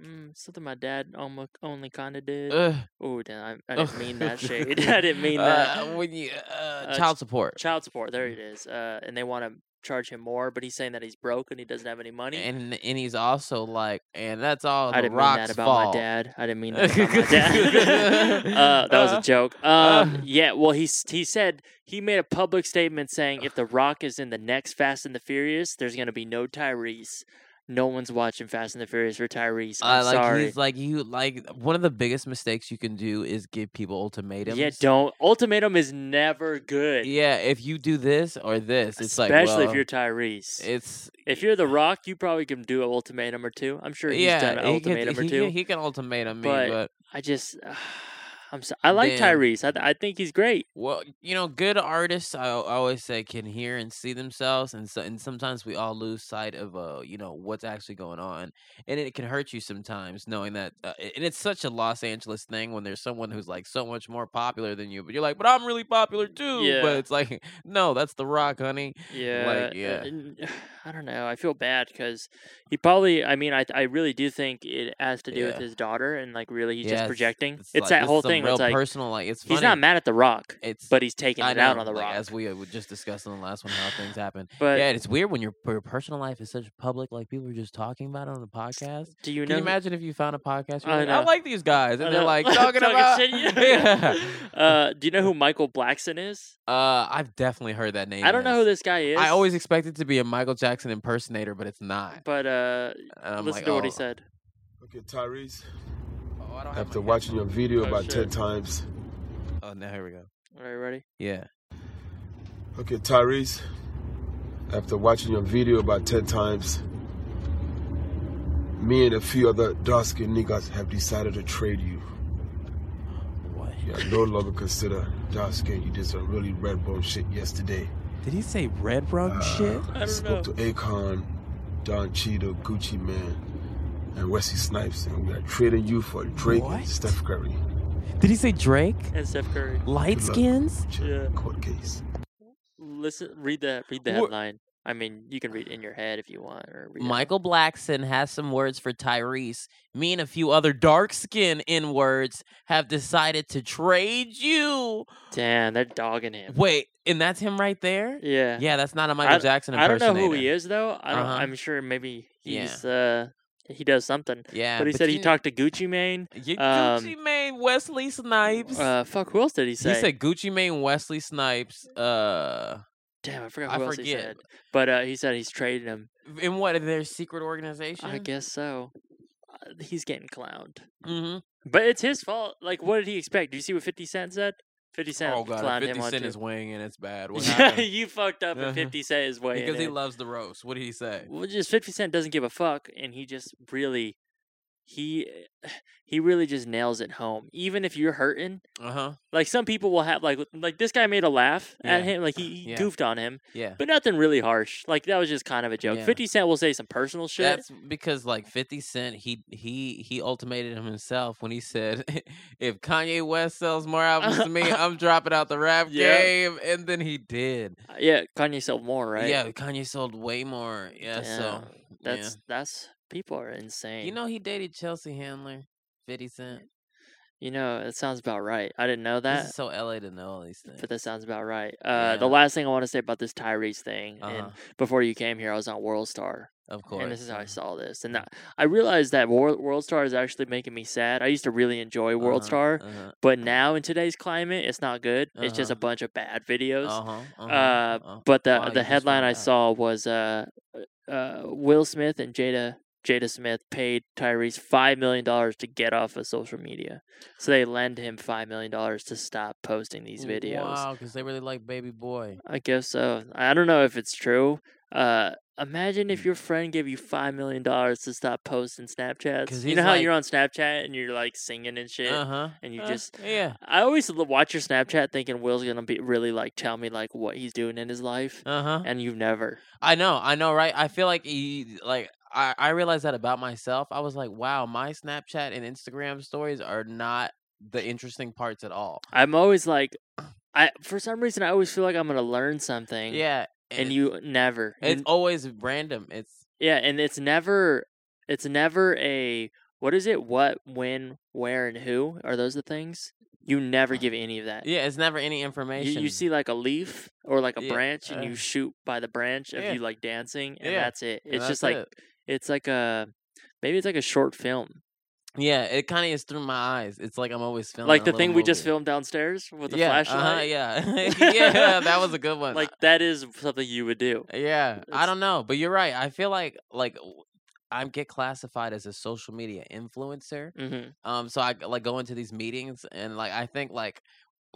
Speaker 2: Mm, something my dad almost only kind of did.
Speaker 1: Ugh.
Speaker 2: oh damn! I, I
Speaker 1: Ugh.
Speaker 2: didn't mean that shade. I didn't mean that.
Speaker 1: Uh, when you, uh,
Speaker 2: ch-
Speaker 1: child support.
Speaker 2: child support. There it is. Uh, and they want to charge him more, but he's saying that he's broke and he doesn't have any money.
Speaker 1: and and he's also like, and that's all
Speaker 2: I
Speaker 1: the
Speaker 2: didn't mean
Speaker 1: rocks
Speaker 2: that about
Speaker 1: fault.
Speaker 2: my dad. I didn't mean that about my dad. uh, that was
Speaker 1: Uh,
Speaker 2: a joke. Um,
Speaker 1: uh.
Speaker 2: yeah, well, he s- he said he made a public statement saying if The Rock is in the next Fast and the Furious, there's gonna be no Tyrese. No one's watching Fast and the Furious for Tyrese. I'm
Speaker 1: Uh, like
Speaker 2: sorry.
Speaker 1: he's like you like one of the biggest mistakes you can do is give people ultimatums.
Speaker 2: Yeah, don't. Ultimatum is never good,
Speaker 1: Yeah, if you do this or this, it's like
Speaker 2: especially if
Speaker 1: well,
Speaker 2: you're Tyrese.
Speaker 1: It's
Speaker 2: if you're The Rock, you probably can do an ultimatum or two. I'm sure he's
Speaker 1: yeah,
Speaker 2: done an
Speaker 1: he can-
Speaker 2: ultimatum
Speaker 1: he
Speaker 2: or two.
Speaker 1: Can, he can ultimatum me,
Speaker 2: But-
Speaker 1: but
Speaker 2: I just, I'm. So, I like
Speaker 1: Damn.
Speaker 2: Tyrese. I, th- I think he's great.
Speaker 1: Well, you know, good artists, I, al- I always say, can hear and see themselves, and so, and sometimes we all lose sight of, uh, you know, what's actually going on, and it can hurt you sometimes knowing that, uh, a- and it's such a Los Angeles thing when there's someone who's like so much more popular than you, but you're like, but I'm really popular too, but
Speaker 2: Yeah.
Speaker 1: it's like, no, that's The Rock, honey.
Speaker 2: Yeah,
Speaker 1: yeah.
Speaker 2: uh, n- I don't know. I feel bad because he probably. I mean, I I really do think it has to do
Speaker 1: Yeah.
Speaker 2: with his daughter and like really he's
Speaker 1: Yeah,
Speaker 2: just projecting. It's,
Speaker 1: like-
Speaker 2: that
Speaker 1: this
Speaker 2: whole
Speaker 1: is some
Speaker 2: thing. where
Speaker 1: real
Speaker 2: It's like
Speaker 1: personal, like it's
Speaker 2: he's
Speaker 1: funny.
Speaker 2: not mad at the Rock,
Speaker 1: It's
Speaker 2: but he's taking
Speaker 1: I
Speaker 2: it out
Speaker 1: know,
Speaker 2: on the
Speaker 1: like,
Speaker 2: Rock.
Speaker 1: as we uh, were just discussed in the last one, how things happen.
Speaker 2: but
Speaker 1: yeah, and it's weird when your, your personal life is such public, like people are just talking about it on the podcast.
Speaker 2: do you
Speaker 1: Can
Speaker 2: know?
Speaker 1: you imagine if you found a podcast? You're
Speaker 2: I
Speaker 1: like, I
Speaker 2: know.
Speaker 1: like these guys, and
Speaker 2: I
Speaker 1: they're
Speaker 2: know.
Speaker 1: like talking, about.
Speaker 2: shit, you know?
Speaker 1: yeah.
Speaker 2: Uh, do you know who Michael Blackson is?
Speaker 1: Uh, I've definitely heard that name.
Speaker 2: I don't know who this guy is.
Speaker 1: I always expected to be a Michael Jackson impersonator, but it's not.
Speaker 2: But uh,
Speaker 1: And I'm
Speaker 2: listen
Speaker 1: like,
Speaker 2: to
Speaker 1: oh,
Speaker 2: what he said.
Speaker 3: Okay, Tyrese,
Speaker 1: Oh, I don't have
Speaker 3: after
Speaker 1: my
Speaker 3: watching your video
Speaker 2: Oh,
Speaker 3: about
Speaker 2: shit.
Speaker 3: 10 times.
Speaker 1: headphones. Oh, now here we go.
Speaker 2: Are you ready?
Speaker 1: Yeah.
Speaker 3: Okay, Tyrese, after watching your video about 10 times, me and a few other dark skinned niggas have decided to trade you.
Speaker 1: What
Speaker 3: You are no longer considered dark skinned. You did some really red bone shit yesterday.
Speaker 1: did he say? Red rum
Speaker 3: Uh,
Speaker 1: shit.
Speaker 2: I don't
Speaker 3: spoke
Speaker 2: know.
Speaker 3: to Akon, Don Cheadle, Gucci Man, and Wesley Snipes, and we are trading you for Drake
Speaker 1: What?
Speaker 3: and Steph Curry.
Speaker 1: Did he say Drake?
Speaker 2: And Steph Curry.
Speaker 1: Light
Speaker 3: Good luck.
Speaker 1: skins?
Speaker 2: Yeah.
Speaker 3: Court case.
Speaker 2: Listen, read the read the
Speaker 1: Wha-
Speaker 2: headline. I mean, you can read it in your head if you want, or read it.
Speaker 1: Michael Blackson has some words for Tyrese. Me and a few other dark skin in words have decided to trade you.
Speaker 2: Damn, they're dogging him.
Speaker 1: Wait, and that's him right there?
Speaker 2: Yeah.
Speaker 1: Yeah, that's not a Michael Jackson
Speaker 2: I don't
Speaker 1: impersonator.
Speaker 2: know who he is though. I don't,
Speaker 1: Uh-huh.
Speaker 2: I'm sure maybe
Speaker 1: Yeah.
Speaker 2: he's uh he does something.
Speaker 1: Yeah,
Speaker 2: but he said
Speaker 1: you
Speaker 2: he
Speaker 1: kn-
Speaker 2: talked to Gucci Mane.
Speaker 1: You
Speaker 2: um,
Speaker 1: Gucci Mane, Wesley Snipes.
Speaker 2: Uh, fuck, who else did he say?
Speaker 1: he said Gucci Mane, Wesley Snipes. Uh,
Speaker 2: Damn, I forgot
Speaker 1: I
Speaker 2: who else he
Speaker 1: forget.
Speaker 2: said. But uh, he said he's trading him.
Speaker 1: in what in their secret organization?
Speaker 2: I guess so. Uh, he's getting clowned,
Speaker 1: Mm-hmm.
Speaker 2: but it's his fault. Like, what did he expect? Do you see what Fifty Cent said? Fifty Cent
Speaker 1: Oh god,
Speaker 2: clowned
Speaker 1: Fifty
Speaker 2: him on
Speaker 1: Cent
Speaker 2: too.
Speaker 1: is weighing and it's bad. What
Speaker 2: Yeah,
Speaker 1: happened?
Speaker 2: you fucked up,
Speaker 1: Uh-huh.
Speaker 2: and Fifty Cent is way
Speaker 1: because he loves the roast. What did he say?
Speaker 2: well, just 50 Cent doesn't give a fuck, and he just really, he, eh, he really just nails it home. Even if you're hurting,
Speaker 1: Uh huh.
Speaker 2: like some people will have like like this guy made a laugh
Speaker 1: Yeah.
Speaker 2: at him, like he, he
Speaker 1: Yeah.
Speaker 2: goofed on him,
Speaker 1: Yeah.
Speaker 2: but nothing really harsh. Like that was just kind of a joke.
Speaker 1: Yeah.
Speaker 2: 50 Cent will say some personal shit.
Speaker 1: That's because like 50 Cent, he he he ultimated him himself when he said, "If Kanye West sells more albums to me, I'm dropping out the rap
Speaker 2: Yeah.
Speaker 1: game." And then he did.
Speaker 2: Uh, yeah, Kanye sold more, right?
Speaker 1: Yeah, Kanye sold way more. Yeah, so
Speaker 2: Damn, that's that's people are
Speaker 1: yeah.
Speaker 2: insane.
Speaker 1: you know he dated Chelsea Handler, Fifty Cent.
Speaker 2: You know, that sounds about right. I didn't know
Speaker 1: This
Speaker 2: that,
Speaker 1: is so LA to know all these things.
Speaker 2: but that sounds about right. Uh,
Speaker 1: Yeah.
Speaker 2: The last thing I want to say about this Tyrese thing,
Speaker 1: Uh-huh.
Speaker 2: and before you came here, I was on World Star,
Speaker 1: Of course. uh-huh,
Speaker 2: and this is how I
Speaker 1: yeah.
Speaker 2: saw this, and that, I realized that World World Star is actually making me sad. I used to really enjoy World
Speaker 1: Uh-huh,
Speaker 2: Star,
Speaker 1: Uh-huh.
Speaker 2: but now in today's climate, it's not good. It's just
Speaker 1: Uh-huh.
Speaker 2: a bunch of bad videos.
Speaker 1: Uh-huh. Uh-huh.
Speaker 2: Uh,
Speaker 1: uh-huh.
Speaker 2: But the
Speaker 1: Wow, you
Speaker 2: the
Speaker 1: just
Speaker 2: headline
Speaker 1: found
Speaker 2: I
Speaker 1: out.
Speaker 2: saw was uh, uh, Will Smith and Jada Jada Smith paid Tyrese five million dollars to get off of social media. So they lend him five million dollars to stop posting these videos.
Speaker 1: Wow, because they really like Baby Boy.
Speaker 2: I guess so. I don't know if it's true. Uh, imagine
Speaker 1: Mm.
Speaker 2: if your friend gave you five million dollars to stop posting Snapchats.
Speaker 1: 'Cause
Speaker 2: You
Speaker 1: he's
Speaker 2: know how
Speaker 1: like-
Speaker 2: you're on Snapchat and you're like singing and shit.
Speaker 1: Uh huh.
Speaker 2: and you just-
Speaker 1: yeah.
Speaker 2: I always l- watch your Snapchat thinking Will's gonna be really like tell me like what he's doing in his life,
Speaker 1: Uh huh.
Speaker 2: and you've never.
Speaker 1: I know, I know, right? I feel like he, like I, I realized that about myself. I was like, wow, my Snapchat and Instagram stories are not the interesting parts at all.
Speaker 2: I'm always like, I for some reason I always feel like I'm gonna learn something.
Speaker 1: Yeah,
Speaker 2: and
Speaker 1: it-
Speaker 2: you never.
Speaker 1: it's
Speaker 2: And-
Speaker 1: always random. It's
Speaker 2: yeah, and it's never, it's never a what is it? What, when, where, and who are those the things? You never give any of that.
Speaker 1: Uh, yeah, it's never any
Speaker 2: Uh, You,
Speaker 1: information.
Speaker 2: you see like a leaf or like a
Speaker 1: Yeah,
Speaker 2: branch, and
Speaker 1: uh,
Speaker 2: you shoot by the branch of
Speaker 1: yeah.
Speaker 2: you like dancing, and
Speaker 1: Yeah,
Speaker 2: that's it.
Speaker 1: and
Speaker 2: It's just
Speaker 1: that's
Speaker 2: like
Speaker 1: it.
Speaker 2: it's like a maybe it's like a short film,
Speaker 1: yeah, it kind of is through my eyes. It's like I'm always filming
Speaker 2: like
Speaker 1: a
Speaker 2: the
Speaker 1: little
Speaker 2: thing we just
Speaker 1: movie.
Speaker 2: filmed downstairs with the
Speaker 1: yeah, uh,
Speaker 2: flashlight.
Speaker 1: uh-huh, yeah, yeah, that was a good one. uh,
Speaker 2: Like that is something you would do.
Speaker 1: Yeah, I
Speaker 2: It's-
Speaker 1: don't know, but you're right. I feel like like w- I get classified as a social media influencer.
Speaker 2: hmm
Speaker 1: Um, so I g- like go into these meetings and like I think like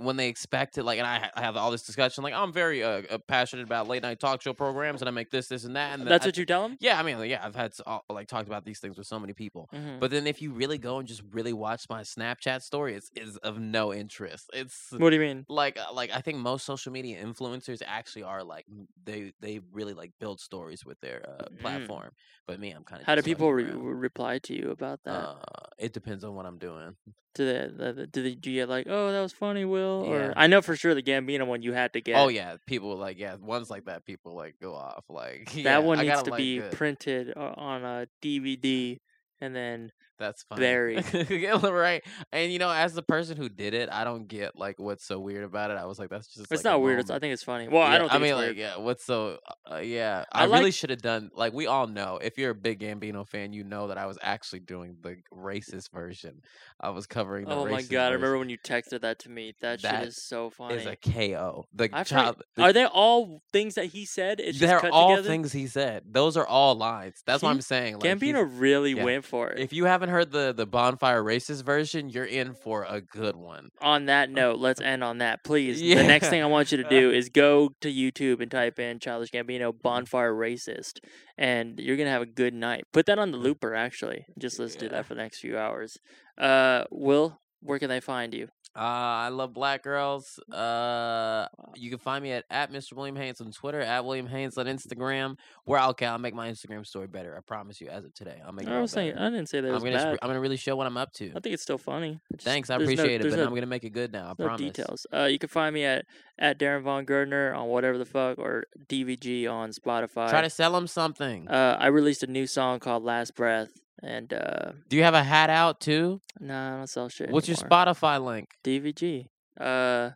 Speaker 1: when they expect it, like, and I, ha- I have all this discussion, like I'm very uh, uh, passionate about late night talk show programs, and I make this, this, and that, and then
Speaker 2: That's
Speaker 1: I-
Speaker 2: what you tell them.
Speaker 1: yeah, I mean, like, yeah, I've had s- all- like talked about these things with so many people.
Speaker 2: Mm-hmm.
Speaker 1: But then if you really go and just really watch my Snapchat story, it's is of no interest. It's
Speaker 2: What do you mean?
Speaker 1: like uh, like I think most social media influencers actually are like m- they they really like build stories with their uh,
Speaker 2: Mm.
Speaker 1: platform. But me, I'm kind of
Speaker 2: How do people re- reply to you about that?
Speaker 1: Uh, it depends on what I'm doing.
Speaker 2: do they, the, the, do they do you get like, oh, that was funny, Will?
Speaker 1: Yeah.
Speaker 2: Or I know for sure the Gambino one you had to get.
Speaker 1: Oh yeah, people like yeah, ones like that. People like go off like yeah,
Speaker 2: that one
Speaker 1: I
Speaker 2: needs
Speaker 1: gotta
Speaker 2: to
Speaker 1: like
Speaker 2: be
Speaker 1: good. Mm-hmm.
Speaker 2: printed o- on a DVD and then
Speaker 1: That's fine.
Speaker 2: buried.
Speaker 1: Yeah, right. And you know, as the person who did it, I don't get like what's so weird about it. I was like, that's just.
Speaker 2: it's
Speaker 1: like, a
Speaker 2: not weird. It's,
Speaker 1: moment.
Speaker 2: I think it's funny. Well, I
Speaker 1: Yeah,
Speaker 2: don't. Think
Speaker 1: mean,
Speaker 2: it's
Speaker 1: like,
Speaker 2: weird.
Speaker 1: yeah, what's so? Uh, yeah,
Speaker 2: I
Speaker 1: I, really
Speaker 2: like-
Speaker 1: should have done. Like, we all know if you're a big Gambino fan, you know that I was actually doing the racist version. I was covering. The
Speaker 2: oh my
Speaker 1: racist
Speaker 2: god, I remember
Speaker 1: version.
Speaker 2: when you texted that to me. That,
Speaker 1: That
Speaker 2: shit is so funny.
Speaker 1: Is a KO. The
Speaker 2: I've heard-
Speaker 1: child. the-
Speaker 2: Are they all things that he said? It's just
Speaker 1: they're
Speaker 2: cut
Speaker 1: all
Speaker 2: together?
Speaker 1: things he said. Those are all lines. That's what
Speaker 2: He-
Speaker 1: I'm saying. Like, he's-
Speaker 2: Gambino really
Speaker 1: yeah.
Speaker 2: went for it.
Speaker 1: If you haven't heard the the bonfire racist version, you're in for a good one.
Speaker 2: on that note, let's end on that, please. The
Speaker 1: Uh,
Speaker 2: next
Speaker 1: Yeah.
Speaker 2: thing I want you to do is go to YouTube and type in Childish Gambino
Speaker 1: Mm-hmm.
Speaker 2: bonfire racist, and you're gonna have a good night. Put that on the looper, actually. Just listen to
Speaker 1: Mm-hmm. Yeah.
Speaker 2: that for the next few hours. Uh, Will, where can they find you?
Speaker 1: Uh, I love black girls.
Speaker 2: Mm.
Speaker 1: Uh, you can find me at, at Mr. William Haynes on Twitter, at William Haynes on Instagram. Where I'll, okay, I'll make my Instagram story better. I promise you, as of today, I'll make it
Speaker 2: I
Speaker 1: all
Speaker 2: was saying
Speaker 1: better.
Speaker 2: I didn't say that
Speaker 1: I'm
Speaker 2: was
Speaker 1: gonna,
Speaker 2: bad.
Speaker 1: sp- I'm gonna really show what I'm up to.
Speaker 2: I think it's still funny. Just-
Speaker 1: Thanks, I
Speaker 2: there's no-
Speaker 1: appreciate it,
Speaker 2: there's
Speaker 1: but
Speaker 2: no-
Speaker 1: I'm gonna make it good now. I
Speaker 2: no
Speaker 1: promise.
Speaker 2: details. Uh, you can find me at at Darren Von Gardner on whatever the fuck or DVG on Spotify.
Speaker 1: Try to sell them something.
Speaker 2: uh, I released a new song called Last Breath, and uh,
Speaker 1: Do you have a hat out too?
Speaker 2: nah, I don't sell shit.
Speaker 1: What's your
Speaker 2: anymore.
Speaker 1: Spotify link?
Speaker 2: DVG. Uh,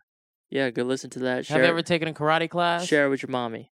Speaker 2: yeah, go listen to that. Share,
Speaker 1: Have you ever taken a karate class?
Speaker 2: share it with your mommy.